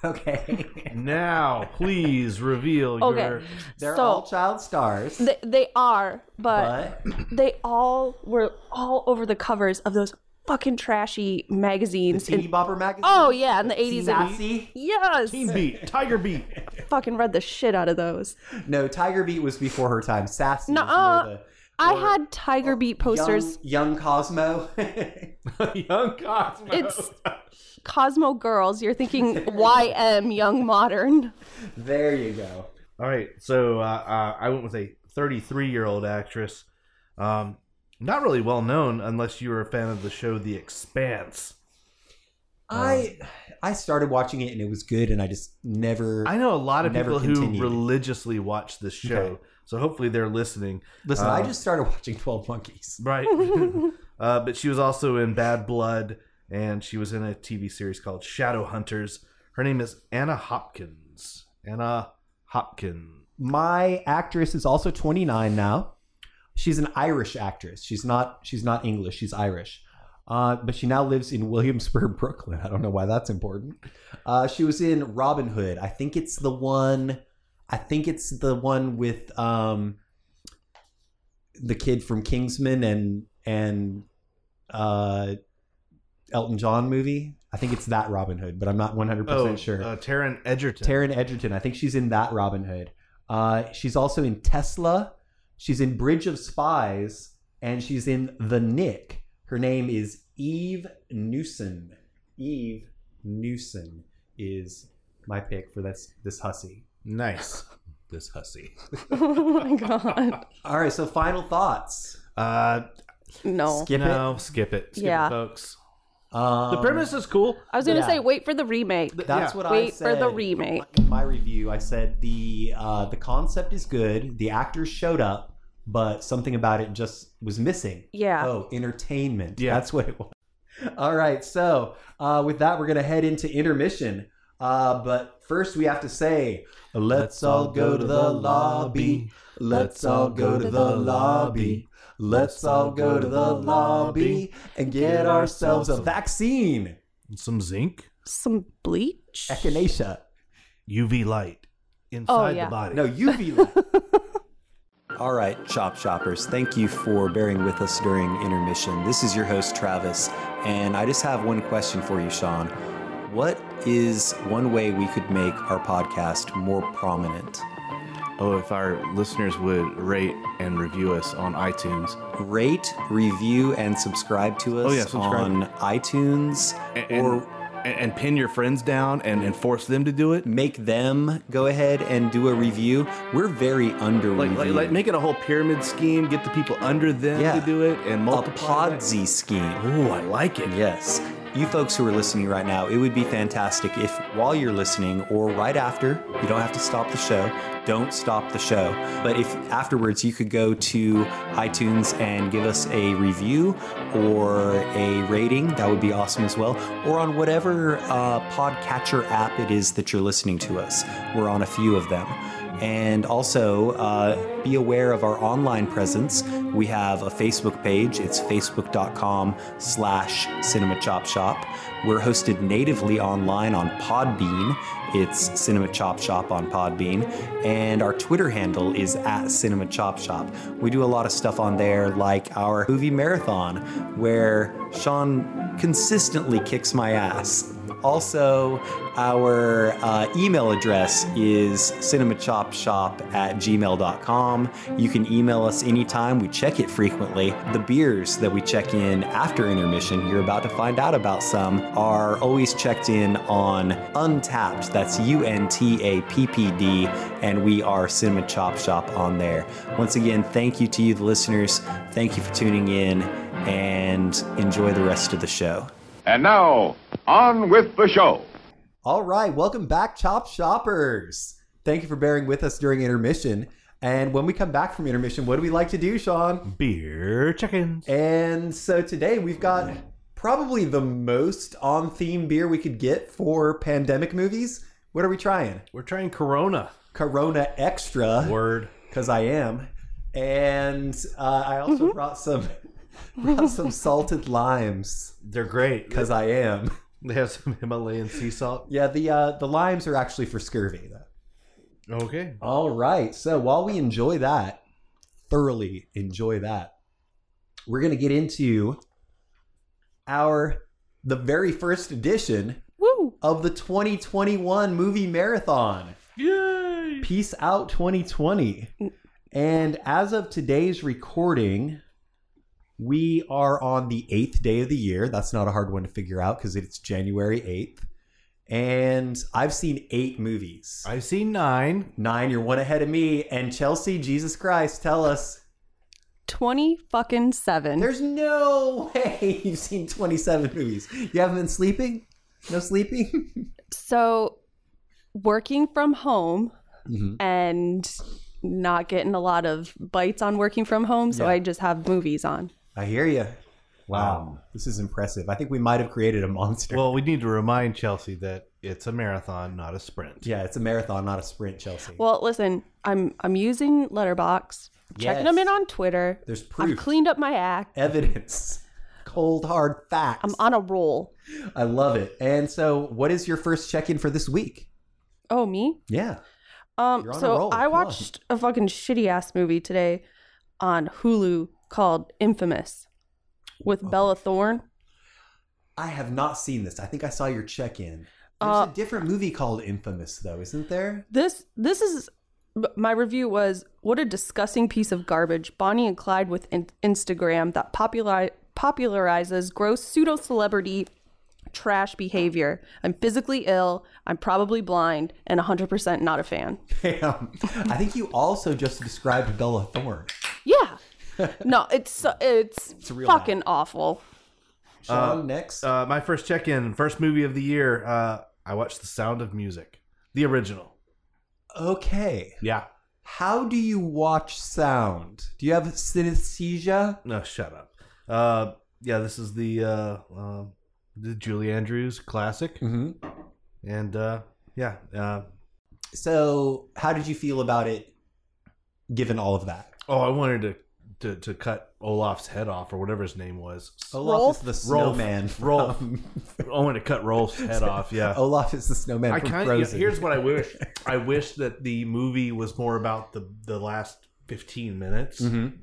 Speaker 2: okay.
Speaker 3: Now, please reveal
Speaker 4: Okay.
Speaker 3: your.
Speaker 2: They're
Speaker 4: So- uh,
Speaker 2: all child stars.
Speaker 4: They, they are, but,
Speaker 2: but
Speaker 4: they all were all over the covers of those fucking trashy
Speaker 2: the
Speaker 4: magazines.
Speaker 2: Teeny
Speaker 4: in-
Speaker 2: Bopper magazine.
Speaker 4: oh yeah, in the
Speaker 2: Teeny
Speaker 4: eighties.
Speaker 2: Nazi.
Speaker 4: Yes,
Speaker 3: Team Beat, Tiger Beat.
Speaker 4: fucking read the shit out of those.
Speaker 2: No, Tiger Beat was before her time. Sassy. was
Speaker 4: Nuh-uh.
Speaker 2: more the
Speaker 4: I had Tiger Beat posters.
Speaker 2: Young, young Cosmo.
Speaker 3: Young Cosmo.
Speaker 4: It's Cosmo Girls. You're thinking YM Young Modern.
Speaker 2: there you go.
Speaker 3: All right, so uh, uh, I went with a 33 year old actress. Um, not really well known unless you were a fan of the show The Expanse.
Speaker 2: I Um, I started watching it and it was good and I just never
Speaker 3: I know a lot of
Speaker 2: Never
Speaker 3: people
Speaker 2: continued.
Speaker 3: who religiously watch this show,
Speaker 2: Okay.
Speaker 3: so hopefully they're listening.
Speaker 2: listen.
Speaker 3: Uh,
Speaker 2: I just started watching Twelve Monkeys.
Speaker 3: Right. uh, but she was also in Bad Blood, and she was in a TV series called Shadow Hunters. Her name is Anna Hopkins. Anna Hopkins.
Speaker 2: My actress is also 29 now. She's an Irish actress. She's not she's not English. She's Irish. Uh, but she now lives in Williamsburg, Brooklyn. I don't know why that's important. Uh, she was in Robin Hood. I think it's the one. I think it's the one with um, the kid from Kingsman and and uh, Elton John movie. I think it's that Robin Hood, but I'm not 100 percent sure.
Speaker 3: uh, Taryn Edgerton.
Speaker 2: Taryn Edgerton. I think she's in that Robin Hood. Uh, she's also in Tesla. She's in Bridge of Spies, and she's in The Nick. Her name is Eve Newson. Eve Newson is my pick for this this hussy.
Speaker 3: nice. this hussy.
Speaker 4: oh my god.
Speaker 2: All right, so final thoughts.
Speaker 3: Uh,
Speaker 4: No.
Speaker 2: Skip
Speaker 3: no, skip it. Skip
Speaker 4: Yeah.
Speaker 3: it, folks.
Speaker 2: it. Um,
Speaker 3: The premise is cool.
Speaker 4: I was gonna
Speaker 2: Yeah.
Speaker 4: say wait for the remake.
Speaker 2: That's
Speaker 3: Yeah.
Speaker 2: what I
Speaker 4: Wait for
Speaker 2: said
Speaker 4: the remake.
Speaker 2: In my review, I said the uh, the concept is good. The actors showed up, but something about it just was missing.
Speaker 4: Yeah.
Speaker 2: Oh, entertainment.
Speaker 3: Yeah.
Speaker 2: That's what it was. All right. So, uh, with that, we're going to head into intermission. Uh, but first, we have to say, let's all go to the lobby. Let's all go to the lobby. Let's all go to the lobby and get ourselves a vaccine.
Speaker 3: Some zinc,
Speaker 4: Some bleach.
Speaker 2: Echinacea.
Speaker 3: UV light inside
Speaker 4: yeah.
Speaker 3: the body.
Speaker 2: No, UV light. All right, Chop Shoppers, thank you for bearing with us during intermission. This is your host, Travis, and I just have one question for you, Sean. What is one way we could make our podcast more prominent?
Speaker 5: Oh, if our listeners would rate and review us on iTunes.
Speaker 2: Rate, review, and subscribe to us
Speaker 5: Oh, yeah, subscribe.
Speaker 2: on iTunes
Speaker 5: And,
Speaker 2: or
Speaker 5: and, and pin your friends down and, and force them to do it.
Speaker 2: make them go ahead and do a review. We're very under
Speaker 5: Like, like, like make it a whole pyramid scheme, get the people under them
Speaker 2: Yeah.
Speaker 5: to do it, and
Speaker 2: a
Speaker 5: multiply. that.
Speaker 2: Podsy scheme.
Speaker 5: Oh, I like it.
Speaker 2: Yes. You folks who are listening right now, it would be fantastic if while you're listening or right after, you don't have to stop the show. Don't stop the show. But if afterwards you could go to iTunes and give us a review or a rating, that would be awesome as well. Or on whatever uh, podcatcher app it is that you're listening to us, we're on a few of them. And also, uh, be aware of our online presence. We have a Facebook page. It's facebook.com slash Cinema Chop Shop. We're hosted natively online on Podbean. It's Cinema Chop Shop on Podbean. And our Twitter handle is at Cinema Chop Shop. We do a lot of stuff on there, like our movie marathon, where Sean consistently kicks my ass. Also, our uh, email address is cinemachopshop at gmail.com. You can email us anytime. We check it frequently. The beers that we check in after intermission, you're about to find out about some, are always checked in on Untapped. That's U N T A P P D. And we are Cinema Chop Shop on there. Once again, thank you to you, the listeners. Thank you for tuning in.
Speaker 6: and enjoy the rest of the show.
Speaker 7: And now, on with the show.
Speaker 2: All right, welcome back, Chop Shoppers. Thank you for bearing with us during intermission. And when we come back from intermission, what do we like to do, Sean?
Speaker 3: Beer chickens.
Speaker 2: And so today we've got probably the most on theme beer we could get for pandemic movies. What are we trying?
Speaker 3: We're trying Corona.
Speaker 2: Corona Extra,
Speaker 3: Word.
Speaker 2: because I am. And uh, I also brought some brought some salted limes,
Speaker 3: They're great
Speaker 2: because I am.
Speaker 3: they have some Himalayan sea salt.
Speaker 2: Yeah, the uh, the limes are actually for scurvy though.
Speaker 3: Okay.
Speaker 2: All right. So while we enjoy that, thoroughly enjoy that, we're going to get into our the very first edition
Speaker 4: Woo!
Speaker 2: of the 2021 movie marathon.
Speaker 3: Yay!
Speaker 2: Peace out 2020. And as of today's recording, we are on the eighth day of the year. That's not a hard one to figure out because it's January 8th. And I've seen eight movies.
Speaker 3: I've seen nine.
Speaker 2: Nine, you're one ahead of me. And Chelsea, Jesus Christ, tell us
Speaker 4: 20 fucking 7.
Speaker 2: there's no way you've seen 27 movies. You haven't been sleeping? No sleeping?
Speaker 4: so working from home
Speaker 2: Mm-hmm.
Speaker 4: and not getting a lot of bites on working from home, so I just have movies on.
Speaker 2: I hear you. Wow. This is impressive. I think we might have created a monster.
Speaker 3: Well, we need to remind Chelsea that it's a marathon, not a sprint.
Speaker 2: yeah, it's a marathon, not a sprint, Chelsea.
Speaker 4: Well, listen, I'm I'm using Letterbox,
Speaker 2: Yes.
Speaker 4: checking them in on Twitter.
Speaker 2: There's
Speaker 4: I've
Speaker 2: proof,
Speaker 4: cleaned up my act.
Speaker 2: evidence, cold, hard facts.
Speaker 4: I'm on a roll.
Speaker 2: I love it. And so, what is your first check in for this week?
Speaker 4: Oh, me?
Speaker 2: Yeah.
Speaker 4: Um
Speaker 2: You're on a
Speaker 4: so
Speaker 2: roll.
Speaker 4: I
Speaker 2: Come on.
Speaker 4: watched a fucking shitty ass movie today on Hulu called Infamous with
Speaker 2: Oh.
Speaker 4: Bella Thorne.
Speaker 2: I have not seen this. I think I saw your check in. There's
Speaker 4: Uh,
Speaker 2: a different movie called Infamous, though, isn't there?
Speaker 4: This this is b- my review was what a disgusting piece of garbage. Bonnie and Clyde with in- Instagram that populari- popularizes gross pseudo celebrity trash behavior. I'm physically ill. I'm probably blind and 100% not a fan.
Speaker 2: Damn. I think you also just described Bella Thorne.
Speaker 4: Yeah. no, it's so- it's, it's
Speaker 2: real
Speaker 4: fucking awful.
Speaker 2: Sean, next.
Speaker 3: Uh, my first check in, first movie of the year, uh, I watched The Sound of Music, the original.
Speaker 2: okay.
Speaker 3: Yeah.
Speaker 2: How do you watch sound? Do you have synesthesia?
Speaker 3: No, shut up. Uh, yeah, this is the uh, uh, the Julie Andrews classic,
Speaker 2: Mm-hmm.
Speaker 3: and uh, yeah, uh,
Speaker 2: So, how did you feel about it given all of that?
Speaker 3: Oh, I wanted to, to to cut Olaf's head off or whatever his name was.
Speaker 2: Olaf
Speaker 4: Rolf?
Speaker 2: is the
Speaker 3: Rolf.
Speaker 2: snowman. from-
Speaker 3: Rolf. I wanted to cut Rolf's head off. Yeah.
Speaker 2: Olaf is the snowman
Speaker 3: I
Speaker 2: from
Speaker 3: kind of.
Speaker 2: Frozen.
Speaker 3: here's what I wish. I wish that the movie was more about the the last 15 minutes
Speaker 2: Mhm.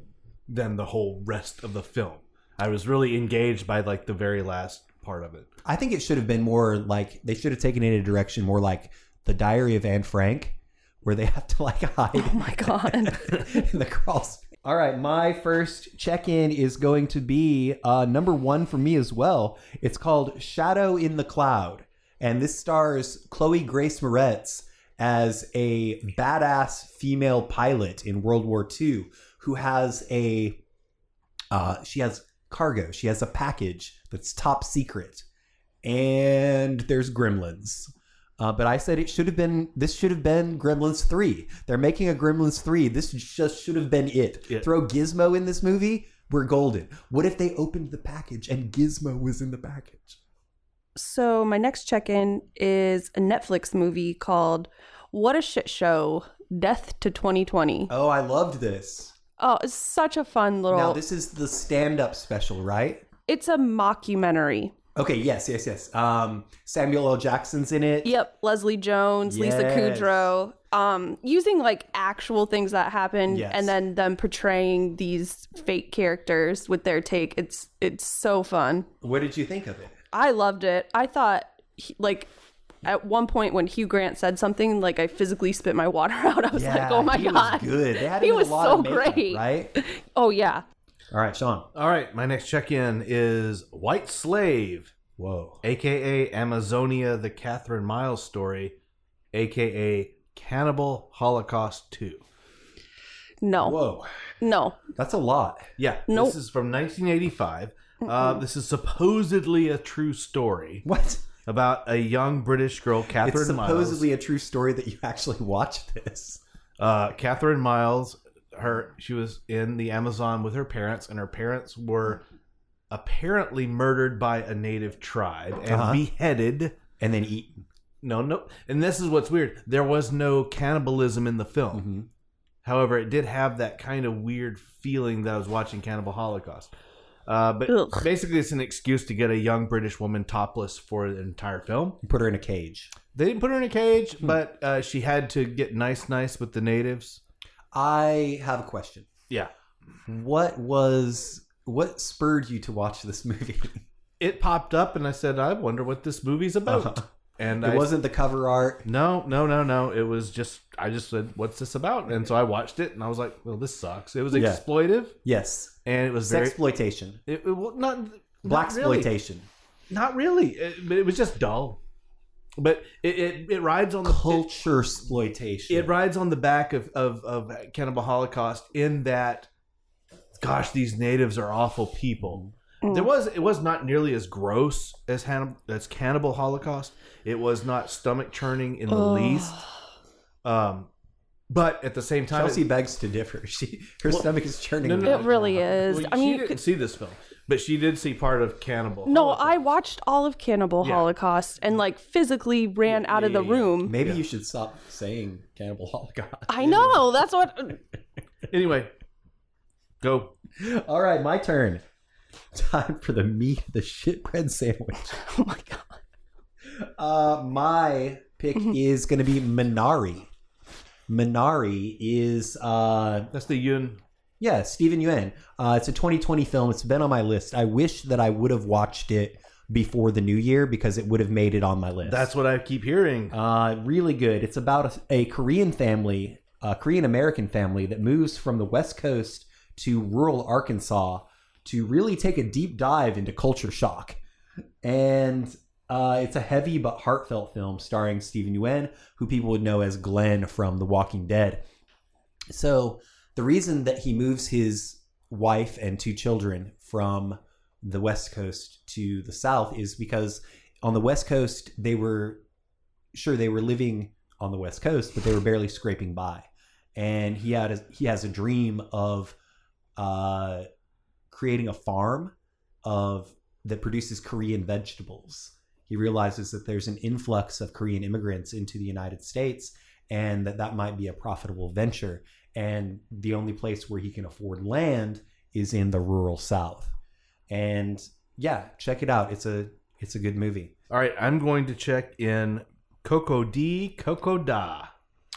Speaker 3: than the whole rest of the film. I was really engaged by like the very last part of it.
Speaker 2: I think it should have been more like they should have taken it in a direction more like the Diary of Anne Frank, where they have to like hide
Speaker 4: Oh my god.
Speaker 2: in the crawl space. All right, my first check in is going to be uh, number one for me as well. It's called Shadow in the Cloud, and this stars Chloe Grace Moretz as a badass female pilot in World War II who has a uh, she has cargo, she has a package that's top secret, and there's gremlins. Uh, but I said it should have been. This should have been Gremlins three. They're making a Gremlins three. This just should have been it.
Speaker 3: Yeah.
Speaker 2: Throw Gizmo in this movie. We're golden. What if they opened the package and Gizmo was in the package?
Speaker 4: So my next check-in is a Netflix movie called What a Shit Show: Death to 2020.
Speaker 2: Oh, I loved this.
Speaker 4: Oh, it's such a fun little.
Speaker 2: Now this is the stand-up special, right?
Speaker 4: it's a mockumentary.
Speaker 2: Okay. Yes. Yes. Yes. Um, Samuel L. Jackson's in it.
Speaker 4: Yep, Leslie Jones, Lisa
Speaker 2: Yes.
Speaker 4: Kudrow, um, using like actual things that happened,
Speaker 2: Yes.
Speaker 4: and then them portraying these fake characters with their take. It's it's so fun.
Speaker 2: What did you think of it?
Speaker 4: I loved it. I thought he- like. At one point, when Hugh Grant said something, like I physically spit my water out, I was like, "Oh my
Speaker 2: he
Speaker 4: god!"
Speaker 2: was good. They had
Speaker 4: He
Speaker 2: him in
Speaker 4: was
Speaker 2: a lot
Speaker 4: so
Speaker 2: of makeup,
Speaker 4: great.
Speaker 2: right?
Speaker 4: Oh yeah,
Speaker 2: All right, Sean.
Speaker 3: All right, my next check in is White Slave,
Speaker 2: Whoa.
Speaker 3: aka Amazonia: The Catherine Miles Story, aka Cannibal Holocaust Two.
Speaker 4: No,
Speaker 2: Whoa,
Speaker 4: no.
Speaker 2: that's a lot.
Speaker 3: Yeah.
Speaker 4: Nope.
Speaker 3: This is from 1985. Uh, this is supposedly a true story
Speaker 2: What?
Speaker 3: about a young British girl, Catherine
Speaker 2: it's supposedly a
Speaker 3: Miles.
Speaker 2: true story that you actually watched this.
Speaker 3: Uh, Catherine Miles, her she was in the Amazon with her parents, and her parents were apparently murdered by a native tribe and
Speaker 2: Uh-huh.
Speaker 3: beheaded.
Speaker 2: And then eaten.
Speaker 3: No, no. And this is what's weird. There was no cannibalism in the film.
Speaker 2: Mhm.
Speaker 3: However, it did have that kind of weird feeling that I was watching Cannibal Holocaust. Uh, but
Speaker 4: Ugh.
Speaker 3: basically, it's an excuse to get a young British woman topless for the entire film.
Speaker 2: You put her in a cage.
Speaker 3: They didn't put her in a cage,
Speaker 2: Hmm.
Speaker 3: but uh, she had to get nice, nice with the natives.
Speaker 2: I have a question.
Speaker 3: Yeah.
Speaker 2: What was what spurred you to watch this movie?
Speaker 3: It popped up, and I said, "I wonder what this movie's about."
Speaker 2: Uh-huh.
Speaker 3: And
Speaker 2: It
Speaker 3: I
Speaker 2: wasn't the cover art.
Speaker 3: No, no, no, no. It was just I just said, "What's this about?" And so I watched it, and I was like, "Well, this sucks." It was
Speaker 2: Yeah.
Speaker 3: exploitive,
Speaker 2: Yes.
Speaker 3: and it was very
Speaker 2: Sexploitation.
Speaker 3: it, it well, not
Speaker 2: Black
Speaker 3: not really.
Speaker 2: exploitation.
Speaker 3: Not really, It- but it was just dull. But it it, it rides on the it-
Speaker 2: Culture exploitation.
Speaker 3: it rides on the back of, of, of Cannibal Holocaust in that, gosh, these natives are awful people.
Speaker 4: Mm.
Speaker 3: There was it was not nearly as gross as Hannibal, as Cannibal Holocaust. It was not stomach churning in the
Speaker 4: Ugh.
Speaker 3: least. Um, but at the same time,
Speaker 2: Chelsea begs to differ. She her
Speaker 3: Well,
Speaker 2: stomach is churning.
Speaker 3: No, no,
Speaker 4: It really is.
Speaker 3: Well,
Speaker 4: I
Speaker 3: she
Speaker 4: mean, you
Speaker 3: didn't
Speaker 4: could-
Speaker 3: see this film, but she did see part of Cannibal.
Speaker 4: No, I
Speaker 3: Holocaust.
Speaker 4: watched all of Cannibal
Speaker 3: Yeah.
Speaker 4: Holocaust and like physically ran out of the
Speaker 3: yeah, yeah.
Speaker 4: room.
Speaker 2: Maybe you should stop saying cannibal holocaust.
Speaker 4: I know. That's what.
Speaker 3: Anyway, go.
Speaker 2: All right, my turn. Time for the meat, of the shitbread sandwich.
Speaker 4: Oh my god. Mm-hmm.
Speaker 2: Uh, my pick is going to be Minari. Minari is uh,
Speaker 3: That's the Yun.
Speaker 2: yeah, Stephen Yuen. Uh, it's a 2020 film. It's been on my list. I wish that I would have watched it before the new year because it would have made it on my list.
Speaker 3: That's what I keep hearing.
Speaker 2: Uh, really good. It's about a, a Korean family, a Korean American family that moves from the West Coast to rural Arkansas to really take a deep dive into culture shock. And uh, it's a heavy but heartfelt film starring Stephen Yuen, who people would know as Glenn from The Walking Dead. So the reason that he moves his wife and two children from the West Coast to the South is because on the West Coast they were sure they were living on the west coast but they were barely scraping by and he had a, he has a dream of uh, creating a farm of that produces korean vegetables he realizes that there's an influx of korean immigrants into the united states and that that might be a profitable venture and the only place where he can afford land is in the rural south and yeah check it out it's a it's a good movie
Speaker 3: All right, I'm going to check in Coco D, Coco Da.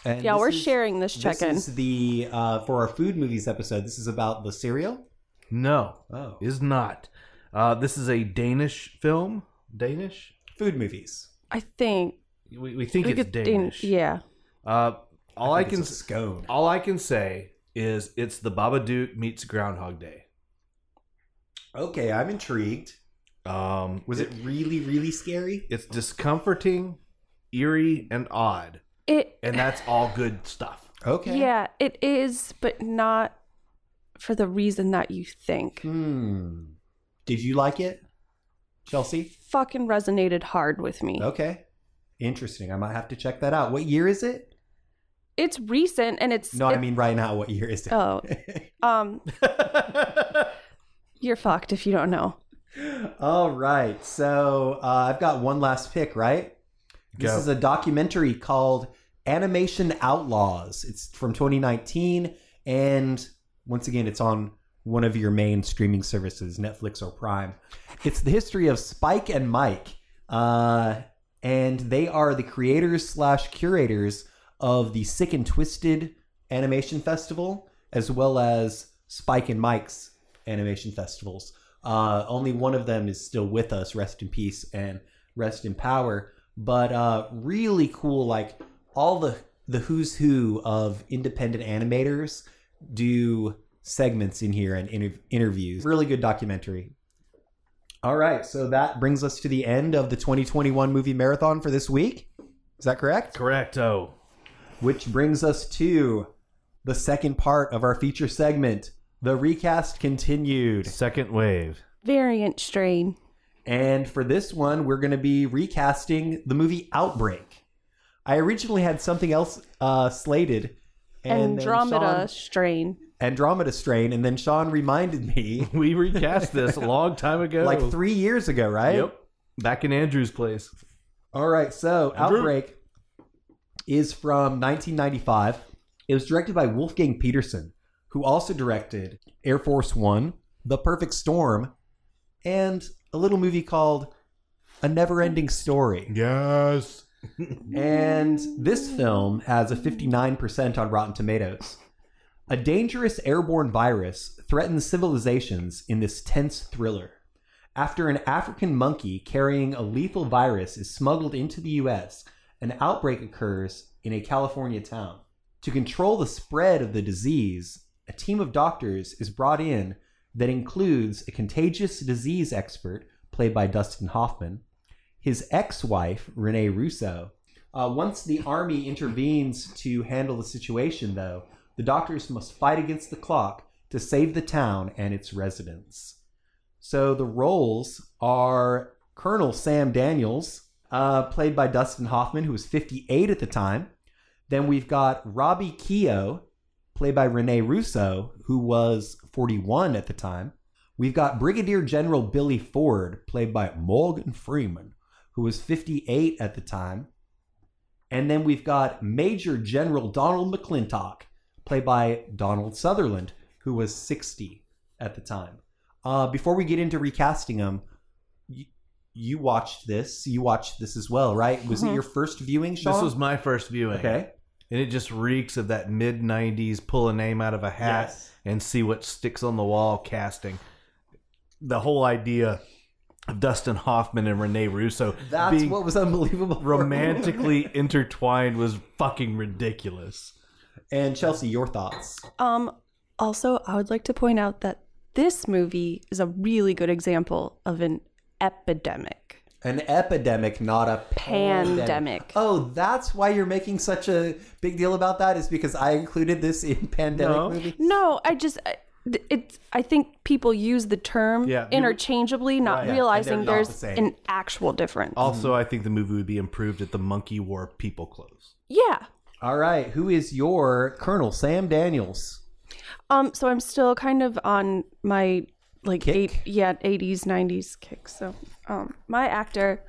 Speaker 2: And
Speaker 4: yeah,
Speaker 2: this
Speaker 4: we're
Speaker 2: is-
Speaker 4: sharing this check in.
Speaker 2: This is the uh, for our food movies episode. This is about the cereal.
Speaker 3: No,
Speaker 2: Oh,
Speaker 3: is not. Uh, this is a Danish film. Danish?
Speaker 2: food movies.
Speaker 4: I think.
Speaker 3: We, we think
Speaker 4: we
Speaker 3: it's
Speaker 4: could-
Speaker 3: Danish.
Speaker 4: yeah.
Speaker 3: Uh, all I,
Speaker 2: think
Speaker 3: can
Speaker 2: it's a scone.
Speaker 3: all I can say is it's the Babadook meets Groundhog Day.
Speaker 2: Okay, I'm intrigued.
Speaker 3: Um,
Speaker 2: Was it really really scary?
Speaker 3: It's discomforting, eerie, and odd,
Speaker 4: It.
Speaker 3: and that's all good stuff.
Speaker 2: Okay.
Speaker 4: Yeah, it is, but not for the reason that you think.
Speaker 2: Hmm. Did you like it, Chelsea?
Speaker 4: Fucking resonated hard with me.
Speaker 2: Okay. Interesting. I might have to check that out. What year is it?
Speaker 4: It's recent and it's.
Speaker 2: No,
Speaker 4: it-
Speaker 2: I mean right now. What year is it?
Speaker 4: Oh, um, you're fucked if you don't know.
Speaker 2: All right. So uh, I've got one last pick, right? This
Speaker 3: Go.
Speaker 2: is a documentary called Animation Outlaws. It's from 2019. And once again, it's on one of your main streaming services, Netflix or Prime. It's the history of Spike and Mike. Uh, and they are the creators slash curators of the Sick and Twisted Animation Festival, as well as Spike and Mike's animation festivals. Uh, only one of them is still with us. Rest in peace and rest in power. But uh, really cool, like all the the who's who of independent animators do segments in here and inter- interviews. Really good documentary. All right, so that brings us to the end of the 2021 movie marathon for this week. Is that correct?
Speaker 3: Correcto.
Speaker 2: Which brings us to the second part of our feature segment. The recast continued.
Speaker 3: Second wave.
Speaker 4: Variant strain.
Speaker 2: And for this one, we're going to be recasting the movie Outbreak. I originally had something else uh, slated. then
Speaker 4: Andromeda
Speaker 2: Sean-
Speaker 4: strain.
Speaker 2: Andromeda Strain. And then Sean reminded me
Speaker 3: We recast this a long time ago.
Speaker 2: like three years ago, right?
Speaker 3: Yep. Back in Andrew's place.
Speaker 2: All right. So
Speaker 3: Andrew.
Speaker 2: Outbreak is from 1995. It was directed by Wolfgang Peterson, who also directed Air Force One, The Perfect Storm, and a little movie called A Never Ending Story.
Speaker 3: Yes.
Speaker 2: And this film has a 59% on Rotten Tomatoes. A dangerous airborne virus threatens civilizations in this tense thriller. After an African monkey carrying a lethal virus is smuggled into the U.S., an outbreak occurs in a California town. To control the spread of the disease, a team of doctors is brought in that includes a contagious disease expert, played by Dustin Hoffman, his ex wife, Renee Russo. Uh, once the army intervenes to handle the situation, though, the doctors must fight against the clock to save the town and its residents. So the roles are Colonel Sam Daniels, uh, played by Dustin Hoffman, who was 58 at the time. Then we've got Robbie Keogh, played by Rene Russo, who was 41 at the time. We've got Brigadier General Billy Ford, played by Morgan Freeman, who was 58 at the time. And then we've got Major General Donald McClintock, played by Donald Sutherland, who was 60 at the time. Uh, before we get into recasting him, you, you watched this. You watched this as well, right? Was it
Speaker 4: Mhm.
Speaker 2: your first viewing, Sean?
Speaker 3: Mm-hmm. This was my first viewing.
Speaker 2: okay.
Speaker 3: And it just reeks of that mid 90s pull a name out of a hat
Speaker 2: Yes.
Speaker 3: and see what sticks on the wall casting. The whole idea of Dustin Hoffman and Rene Russo
Speaker 2: That's
Speaker 3: being
Speaker 2: what was unbelievable. for me.
Speaker 3: romantically intertwined was fucking ridiculous.
Speaker 2: And Chelsea, your thoughts?
Speaker 4: Um, also, I would like to point out that this movie is a really good example of an epidemic.
Speaker 2: An epidemic, not a pandemic.
Speaker 4: Pandemic.
Speaker 2: Oh, that's why you're making such a big deal about that is because I included this in pandemic
Speaker 3: No.
Speaker 2: movie.
Speaker 4: No, I just I- th- it's. I think people use the term
Speaker 3: Yeah, you-
Speaker 4: interchangeably, not
Speaker 2: they're
Speaker 4: realizing
Speaker 2: not
Speaker 4: there's
Speaker 2: the same.
Speaker 4: an actual difference.
Speaker 2: Mm-hmm.
Speaker 3: Also, I think the movie would be improved if the monkey wore people clothes.
Speaker 4: yeah.
Speaker 2: All right, who is your Colonel Sam Daniels?
Speaker 4: Um. So I'm still kind of on my like
Speaker 2: Kick?
Speaker 4: eight, yeah, 80s, 90s kick. So, um, my actor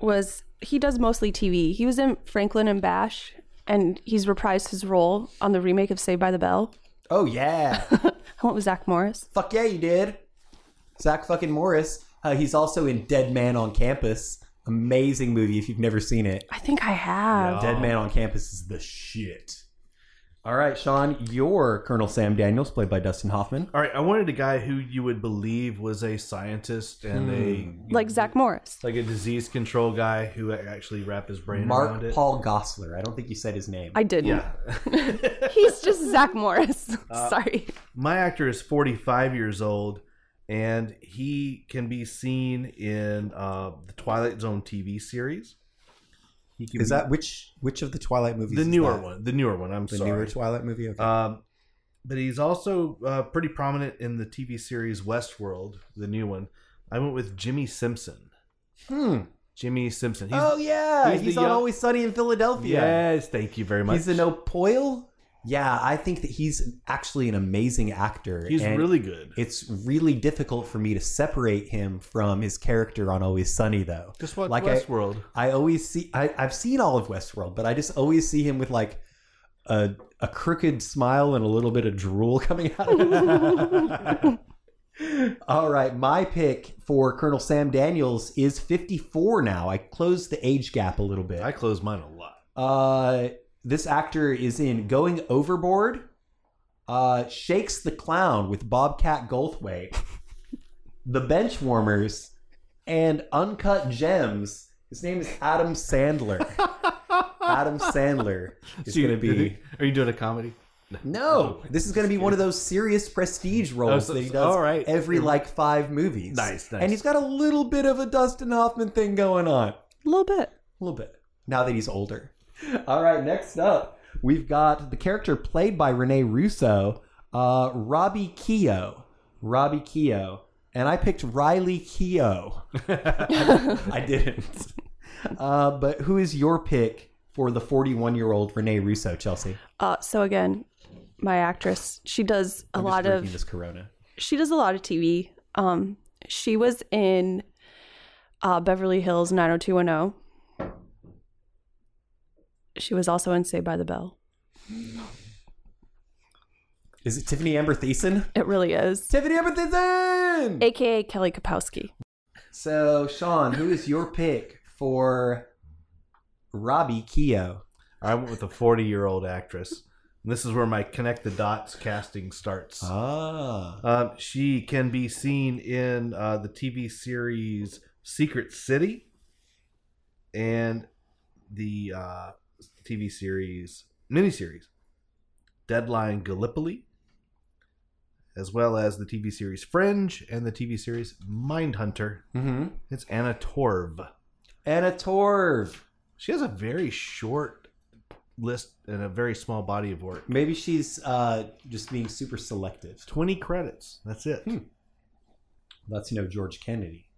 Speaker 4: was he does mostly TV. He was in Franklin and Bash, and he's reprised his role on the remake of Saved by the Bell.
Speaker 2: Oh yeah,
Speaker 4: I went with Zach Morris.
Speaker 2: fuck yeah, you did. Zach fucking Morris. Uh, he's also in Dead Man on Campus. Amazing movie if you've never seen it.
Speaker 4: I think I have.
Speaker 2: Dead Man on Campus is the shit. All right, Sean, your Colonel Sam Daniels, played by Dustin Hoffman.
Speaker 3: All right, I wanted a guy who you would believe was a scientist and
Speaker 2: Hmm.
Speaker 3: a
Speaker 4: Like Zach Morris.
Speaker 3: like a disease control guy who actually wrapped his brain
Speaker 2: Mark
Speaker 3: around it.
Speaker 2: Paul Gossler. I don't think you said his name.
Speaker 4: I didn't. He's just Zach Morris.
Speaker 2: Uh,
Speaker 4: Sorry.
Speaker 3: My actor is 45 years old, and he can be seen in uh, the Twilight Zone TV series. He can
Speaker 2: is
Speaker 3: be-
Speaker 2: that which which of the Twilight movies?
Speaker 3: the
Speaker 2: is
Speaker 3: newer
Speaker 2: that?
Speaker 3: one? The newer one. I'm
Speaker 2: The
Speaker 3: sorry.
Speaker 2: newer Twilight movie. Okay.
Speaker 3: Um, but he's also uh, pretty prominent in the TV series Westworld, the new one. I went with Jimmy Simpson.
Speaker 2: hmm.
Speaker 3: Jimmy Simpson. He's,
Speaker 2: Oh yeah, he's,
Speaker 3: he's the
Speaker 2: on
Speaker 3: young-
Speaker 2: Always Sunny in Philadelphia.
Speaker 3: Yes, thank you very much.
Speaker 2: he's an Opoil. Yeah, I think that he's actually an amazing actor.
Speaker 3: He's
Speaker 2: and
Speaker 3: really good.
Speaker 2: It's really difficult for me to separate him from his character on Always Sunny, though.
Speaker 3: Just watch
Speaker 2: like I-
Speaker 3: Westworld.
Speaker 2: I always see I, I've seen all of Westworld, but I just always see him with like a a crooked smile and a little bit of drool coming out of him. all right, my pick for Colonel Sam Daniels is 54 now. I closed the age gap a little bit.
Speaker 3: I close mine a lot.
Speaker 2: Uh, this actor is in Going Overboard, uh, Shakes the Clown with Bobcat Goldthwait, The Benchwarmers, and Uncut Gems. His name is Adam Sandler. Adam Sandler is
Speaker 3: So you-
Speaker 2: going to be.
Speaker 3: Are you doing a comedy?
Speaker 2: No, this is going to be one of those serious prestige roles
Speaker 3: Oh, so-
Speaker 2: that he
Speaker 3: so-
Speaker 2: does
Speaker 3: all right.
Speaker 2: every like five movies.
Speaker 3: Nice, nice.
Speaker 2: And he's got a little bit of a Dustin Hoffman thing going on.
Speaker 4: A little bit.
Speaker 2: A little bit. Now that he's older. All right, next up, We've got the character played by Rene Russo, uh, Robbie Keogh. Robbie Keogh. And I picked Riley Keogh. I didn't. Uh, but who is your pick for the 41 year old Rene Russo, Chelsea?
Speaker 4: Uh, so again, my actress, she does a
Speaker 2: I'm just
Speaker 4: lot
Speaker 2: drinking
Speaker 4: of
Speaker 2: this Corona.
Speaker 4: she does a lot of TV. Um, she was in uh, Beverly Hills 90210. oh. She was also in Saved by the Bell.
Speaker 2: Is it Tiffany Amber Thiessen?
Speaker 4: It really is,
Speaker 2: Tiffany Amber Thiessen!
Speaker 4: aka Kelly Kapowski.
Speaker 2: So, Sean, who is your pick for Robbie Keogh?
Speaker 3: I went with a 40 year old actress. And this is where my connect the dots casting starts.
Speaker 2: Ah.
Speaker 3: Um, she can be seen in uh, the TV series Secret City and the uh, TV series miniseries Deadline Gallipoli, as well as the TV series Fringe and the TV series Mindhunter.
Speaker 2: Mm-hmm.
Speaker 3: It's Anna Torv.
Speaker 2: Anna Torv.
Speaker 3: She has a very short list and a very small body of work.
Speaker 2: Maybe she's uh, just being super selective.
Speaker 3: 20 credits. That's it.
Speaker 2: That's no George Kennedy.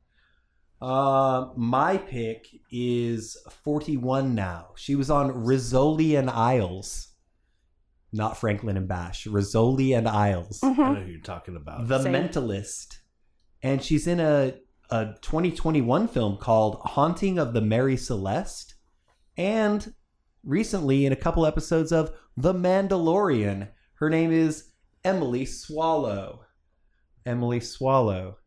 Speaker 2: Uh, my pick is 41 now. She was on Rizzoli and Isles, not Franklin and Bash. Rizzoli and Isles,
Speaker 3: I know who you're talking about.
Speaker 2: The
Speaker 4: Same.
Speaker 2: Mentalist. And she's in a, a 2021 film called Haunting of the Mary Celeste. And recently, in a couple episodes of The Mandalorian, her name is Emily Swallow. Emily Swallow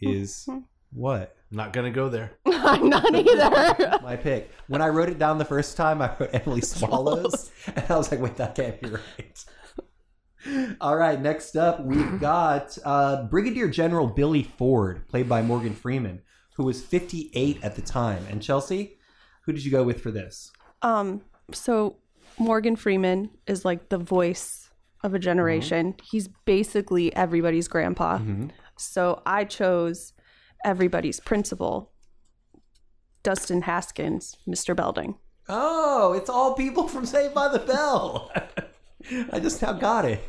Speaker 2: is what?
Speaker 3: Not going to go there.
Speaker 4: I'm not either.
Speaker 2: My pick. When I wrote it down the first time, I wrote Emily Swallows, and I was like, wait, that can't be right. All right, next up, we've got uh, Brigadier General Billy Ford, played by Morgan Freeman, who was 58 at the time. And Chelsea, who did you go with for this?
Speaker 4: um, so Morgan Freeman is like the voice of a generation.
Speaker 2: Mm-hmm.
Speaker 4: He's basically everybody's grandpa. So I chose everybody's principal, Dustin Haskins, Mr. Belding.
Speaker 2: Oh, it's all people from Saved by the Bell. I just now got it.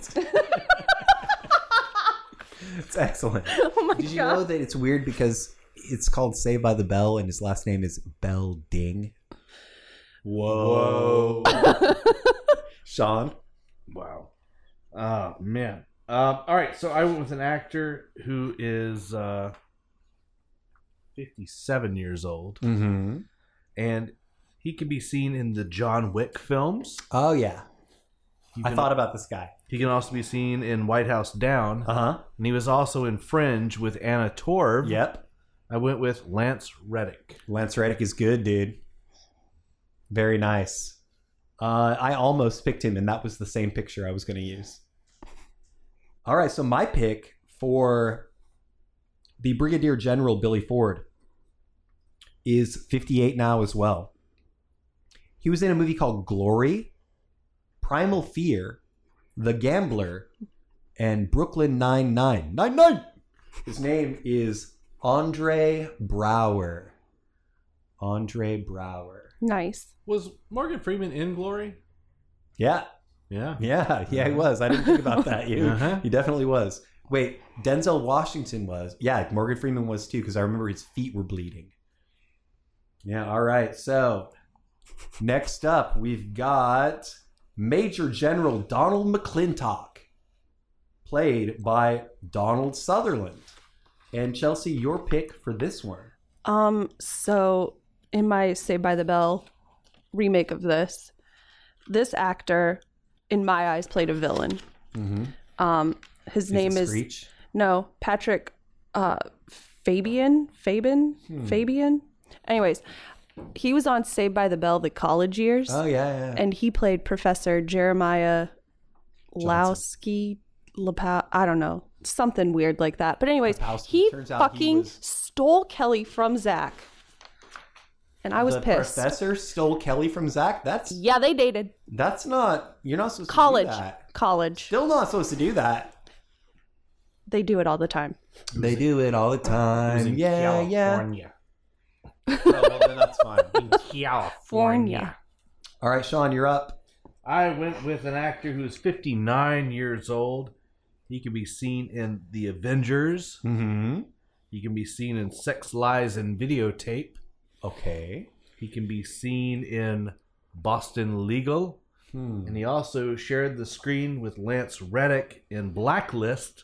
Speaker 2: it's excellent.
Speaker 4: Oh my
Speaker 2: Did you know that it's weird because it's called Saved by the Bell and his last name is Bell Ding?
Speaker 3: Whoa.
Speaker 2: Sean?
Speaker 3: wow. Oh, man. Um, all right. So I went with an actor who is uh, 57 years old,
Speaker 2: Mm-hmm.
Speaker 3: and he can be seen in the John Wick films.
Speaker 2: Oh, yeah.
Speaker 3: He
Speaker 2: I
Speaker 3: can-
Speaker 2: thought about this guy.
Speaker 3: he can also be seen in White House Down,
Speaker 2: Uh-huh.
Speaker 3: and he was also in Fringe with Anna Torv.
Speaker 2: Yep.
Speaker 3: I went with Lance Reddick.
Speaker 2: Lance Reddick is good, dude. Very nice. Uh, I almost picked him, and that was the same picture I was going to use. All right, so my pick for the Brigadier General Billy Ford is 58 now as well. He was in a movie called Glory, Primal Fear, The Gambler, and Brooklyn Nine-Nine. Nine-Nine! His name is Andre Brower. Andre Brower.
Speaker 4: Nice.
Speaker 3: Was Morgan Freeman in Glory?
Speaker 2: Yeah,
Speaker 3: Yeah.
Speaker 2: yeah, yeah, he was. I didn't think about that. You,
Speaker 3: Uh-huh.
Speaker 2: he definitely was. Wait, Denzel Washington was. Yeah, Morgan Freeman was too, because I remember his feet were bleeding. Yeah, all right. So next up, we've got Major General Donald McClintock, played by Donald Sutherland. And Chelsea, your pick for this one.
Speaker 4: Um, so in my Saved by the Bell remake of this, this actor, in my eyes, played a villain.
Speaker 2: Mm-hmm.
Speaker 4: Um, his name is no Patrick uh, Fabian Fabian Fabian. Anyways, he was on Saved by the Bell the college years,
Speaker 2: Oh yeah, yeah.
Speaker 4: and he played Professor Jeremiah Lowski. Lapa- I don't know something weird like that. But anyways,
Speaker 2: Lapowski.
Speaker 4: he
Speaker 2: Turns out he
Speaker 4: fucking
Speaker 2: was-
Speaker 4: stole Kelly from Zach, and I was
Speaker 2: the
Speaker 4: pissed.
Speaker 2: professor stole Kelly from Zach. That's
Speaker 4: Yeah, they dated
Speaker 2: that's not. You're not supposed
Speaker 4: college.
Speaker 2: to do that.
Speaker 4: College.
Speaker 2: Still not supposed to do that.
Speaker 4: They do it all the time.
Speaker 2: They do it all the time. Yeah, yeah. Oh,
Speaker 3: well, then that's fine.
Speaker 4: Fornia.
Speaker 2: All right, Sean, you're up.
Speaker 3: I went with an actor who's 59 years old. He can be seen in The Avengers.
Speaker 2: Mm-hmm.
Speaker 3: He can be seen in Sex, Lies, and Videotape.
Speaker 2: Okay.
Speaker 3: He can be seen in Boston Legal.
Speaker 2: Hmm.
Speaker 3: And he also shared the screen with Lance Reddick in Blacklist.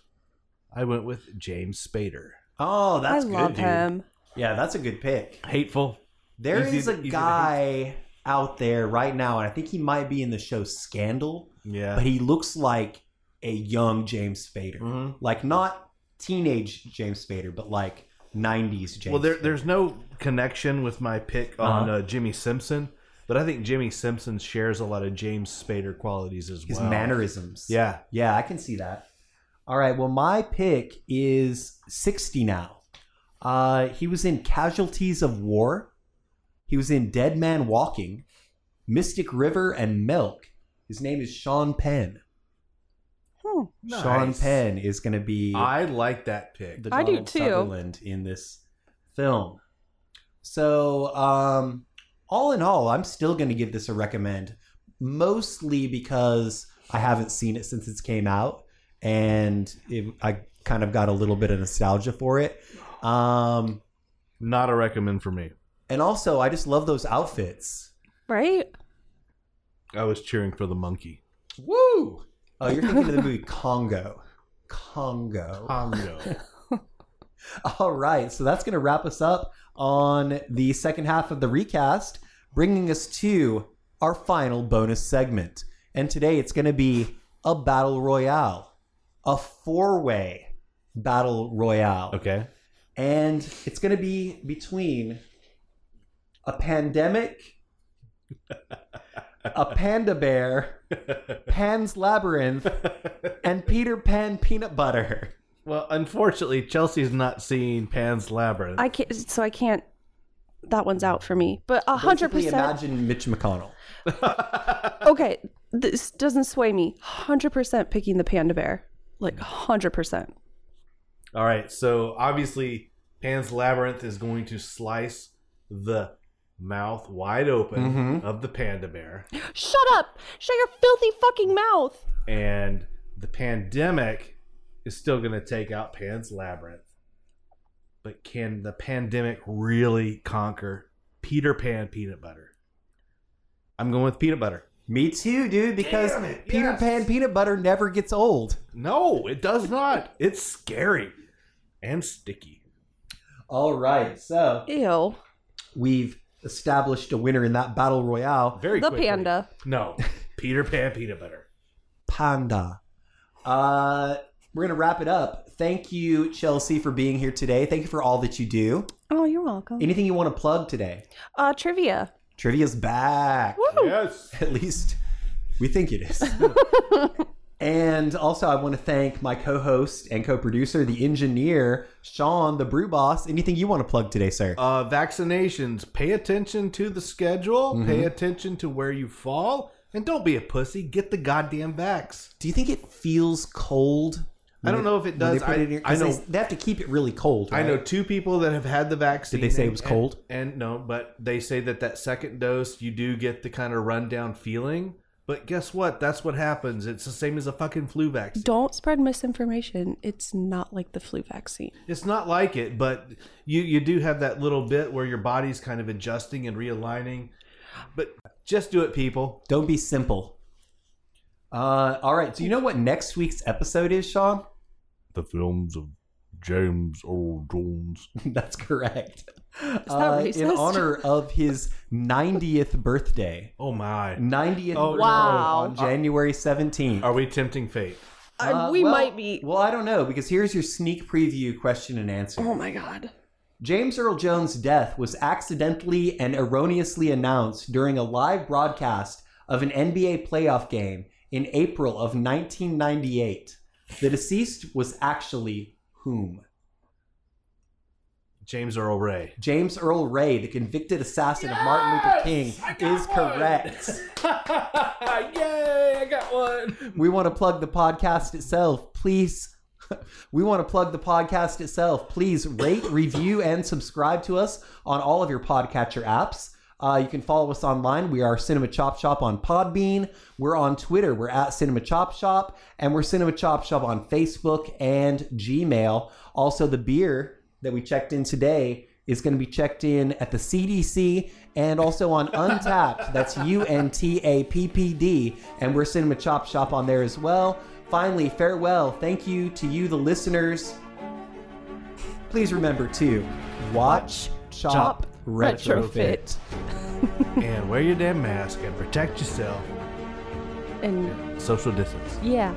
Speaker 3: I went with James Spader.
Speaker 2: Oh, that's
Speaker 4: I
Speaker 2: good,
Speaker 4: love
Speaker 2: dude.
Speaker 4: him.
Speaker 2: Yeah, that's a good pick.
Speaker 3: Hateful.
Speaker 2: There is
Speaker 3: Easy-
Speaker 2: a
Speaker 3: easy to
Speaker 2: guy out there right now, and I think he might be in the show Scandal,
Speaker 3: Yeah.
Speaker 2: but he looks like a young James Spader,
Speaker 3: Mhm.
Speaker 2: like not teenage James Spader, but like '90s James.
Speaker 3: Well, there,
Speaker 2: Spader.
Speaker 3: there's no connection with my pick on uh Jimmy Simpson, but I think Jimmy Simpson shares a lot of James Spader qualities as
Speaker 2: his
Speaker 3: well.
Speaker 2: mannerisms.
Speaker 3: Yeah.
Speaker 2: yeah, I can see that. All right, well, my pick is 60 now. Uh, he was in Casualties of War. He was in Dead Man Walking, Mystic River, and Milk. His name is Sean Penn. Sean
Speaker 3: Nice.
Speaker 2: Penn is going to be
Speaker 3: I like that pick.
Speaker 2: the
Speaker 4: I do
Speaker 2: Donald
Speaker 4: too.
Speaker 2: Sutherland in this film. So, um, all in all, I'm still going to give this a recommend, mostly because I haven't seen it since it came out, and it, I kind of got a little bit of nostalgia for it. Um,
Speaker 3: Not a recommend for me.
Speaker 2: and also, I just love those outfits.
Speaker 4: Right?
Speaker 3: I was cheering for the monkey.
Speaker 2: Woo! Oh, you're thinking of the movie Congo. Congo.
Speaker 3: Congo.
Speaker 2: All right, so that's going to wrap us up on the second half of the recast, bringing us to our final bonus segment. And today it's going to be a battle royale, a four way battle royale.
Speaker 3: okay.
Speaker 2: And it's going to be between a pandemic, a panda bear, Pan's Labyrinth, and Peter Pan peanut butter.
Speaker 3: Well, unfortunately, Chelsea's not seeing Pan's Labyrinth.
Speaker 4: I can't. So I can't. That one's out for me. But a hundred
Speaker 2: Basically,
Speaker 4: percent.
Speaker 2: Imagine Mitch McConnell.
Speaker 4: Okay, this doesn't sway me. Hundred percent picking the panda bear. Like hundred percent.
Speaker 3: All right, so obviously Pan's Labyrinth is going to slice the mouth wide open of the panda bear,
Speaker 4: Shut up! Shut your filthy fucking mouth.
Speaker 3: and the pandemic is still going to take out Pan's Labyrinth. But can the pandemic really conquer Peter Pan peanut butter? I'm going with peanut butter.
Speaker 2: Me too, dude, because Peter Pan peanut butter never gets old.
Speaker 3: No, it does not. It's scary and sticky.
Speaker 2: All right, so
Speaker 4: Ew.
Speaker 2: we've established a winner in that battle royale
Speaker 3: Very
Speaker 4: The
Speaker 3: quickly.
Speaker 4: panda.
Speaker 3: No, Peter Pan peanut butter.
Speaker 2: Panda. Uh, we're going to wrap it up. Thank you, Chelsea, for being here today. Thank you for all that you do.
Speaker 4: Oh, you're welcome.
Speaker 2: Anything you want to plug today?
Speaker 4: Uh, trivia.
Speaker 2: Trivia's back.
Speaker 3: Yes.
Speaker 2: At least we think it is. and also, I want to thank my co host and co producer, the engineer, Sean, the brew boss. Anything you want to plug today, sir?
Speaker 3: Uh, vaccinations. Pay attention to the schedule. Pay attention to where you fall, and don't be a pussy. Get the goddamn vax.
Speaker 2: Do you think it feels cold?
Speaker 3: I don't know if it does. I- I
Speaker 2: I know
Speaker 3: know-
Speaker 2: they, have to keep it really cold.
Speaker 3: I
Speaker 2: right?
Speaker 3: know two people that have had the vaccine.
Speaker 2: Did they say it
Speaker 3: and-
Speaker 2: was
Speaker 3: and-
Speaker 2: cold?
Speaker 3: And, no, but they say that that second dose, you do get the kind of rundown feeling. But guess what? That's what happens. It's the same as a fucking flu vaccine.
Speaker 4: Don't spread misinformation. It's not like the flu vaccine.
Speaker 3: It's not like it, but you you do have that little bit where your body's kind of adjusting and realigning. But just do it, people.
Speaker 2: Don't be simple. Uh, all right. Do you know what next week's episode is, Sean?
Speaker 8: the films of James Earl Jones.
Speaker 2: That's correct. Uh,
Speaker 4: that
Speaker 2: in
Speaker 4: racist?
Speaker 2: honor of his 90th birthday.
Speaker 3: Oh my.
Speaker 2: 90th
Speaker 3: Oh,
Speaker 2: birthday
Speaker 4: wow.
Speaker 2: on January 17th.
Speaker 3: Are we tempting fate?
Speaker 4: Uh,
Speaker 2: Uh,
Speaker 4: we
Speaker 2: well-
Speaker 4: might be.
Speaker 2: Well, I don't know because here's your sneak preview question and answer.
Speaker 4: Oh my god.
Speaker 2: James Earl Jones' death was accidentally and erroneously announced during a live broadcast of an NBA playoff game in April of 1998. The deceased was actually whom?
Speaker 3: James Earl Ray.
Speaker 2: James Earl Ray, the convicted assassin of Martin Luther King, is correct.
Speaker 3: Yay, I got one.
Speaker 2: we want to plug the podcast itself. Please. We want to plug the podcast itself. Please rate, review, and subscribe to us on all of your podcatcher apps. Uh, you can follow us online. We are Cinema Chop Shop on Podbean. We're on Twitter. We're at Cinema Chop Shop, and we're Cinema Chop Shop on Facebook and Gmail. Also, the beer that we checked in today is going to be checked in at the CDC and also on Untapped. That's U N T A P P D, and we're Cinema Chop Shop on there as well. Finally, farewell. Thank you to you, the listeners. Please remember to watch, chop,
Speaker 4: chop,
Speaker 2: retrofit.
Speaker 4: retrofit.
Speaker 3: and wear your damn mask and protect yourself.
Speaker 4: And
Speaker 3: Social distance.
Speaker 4: yeah.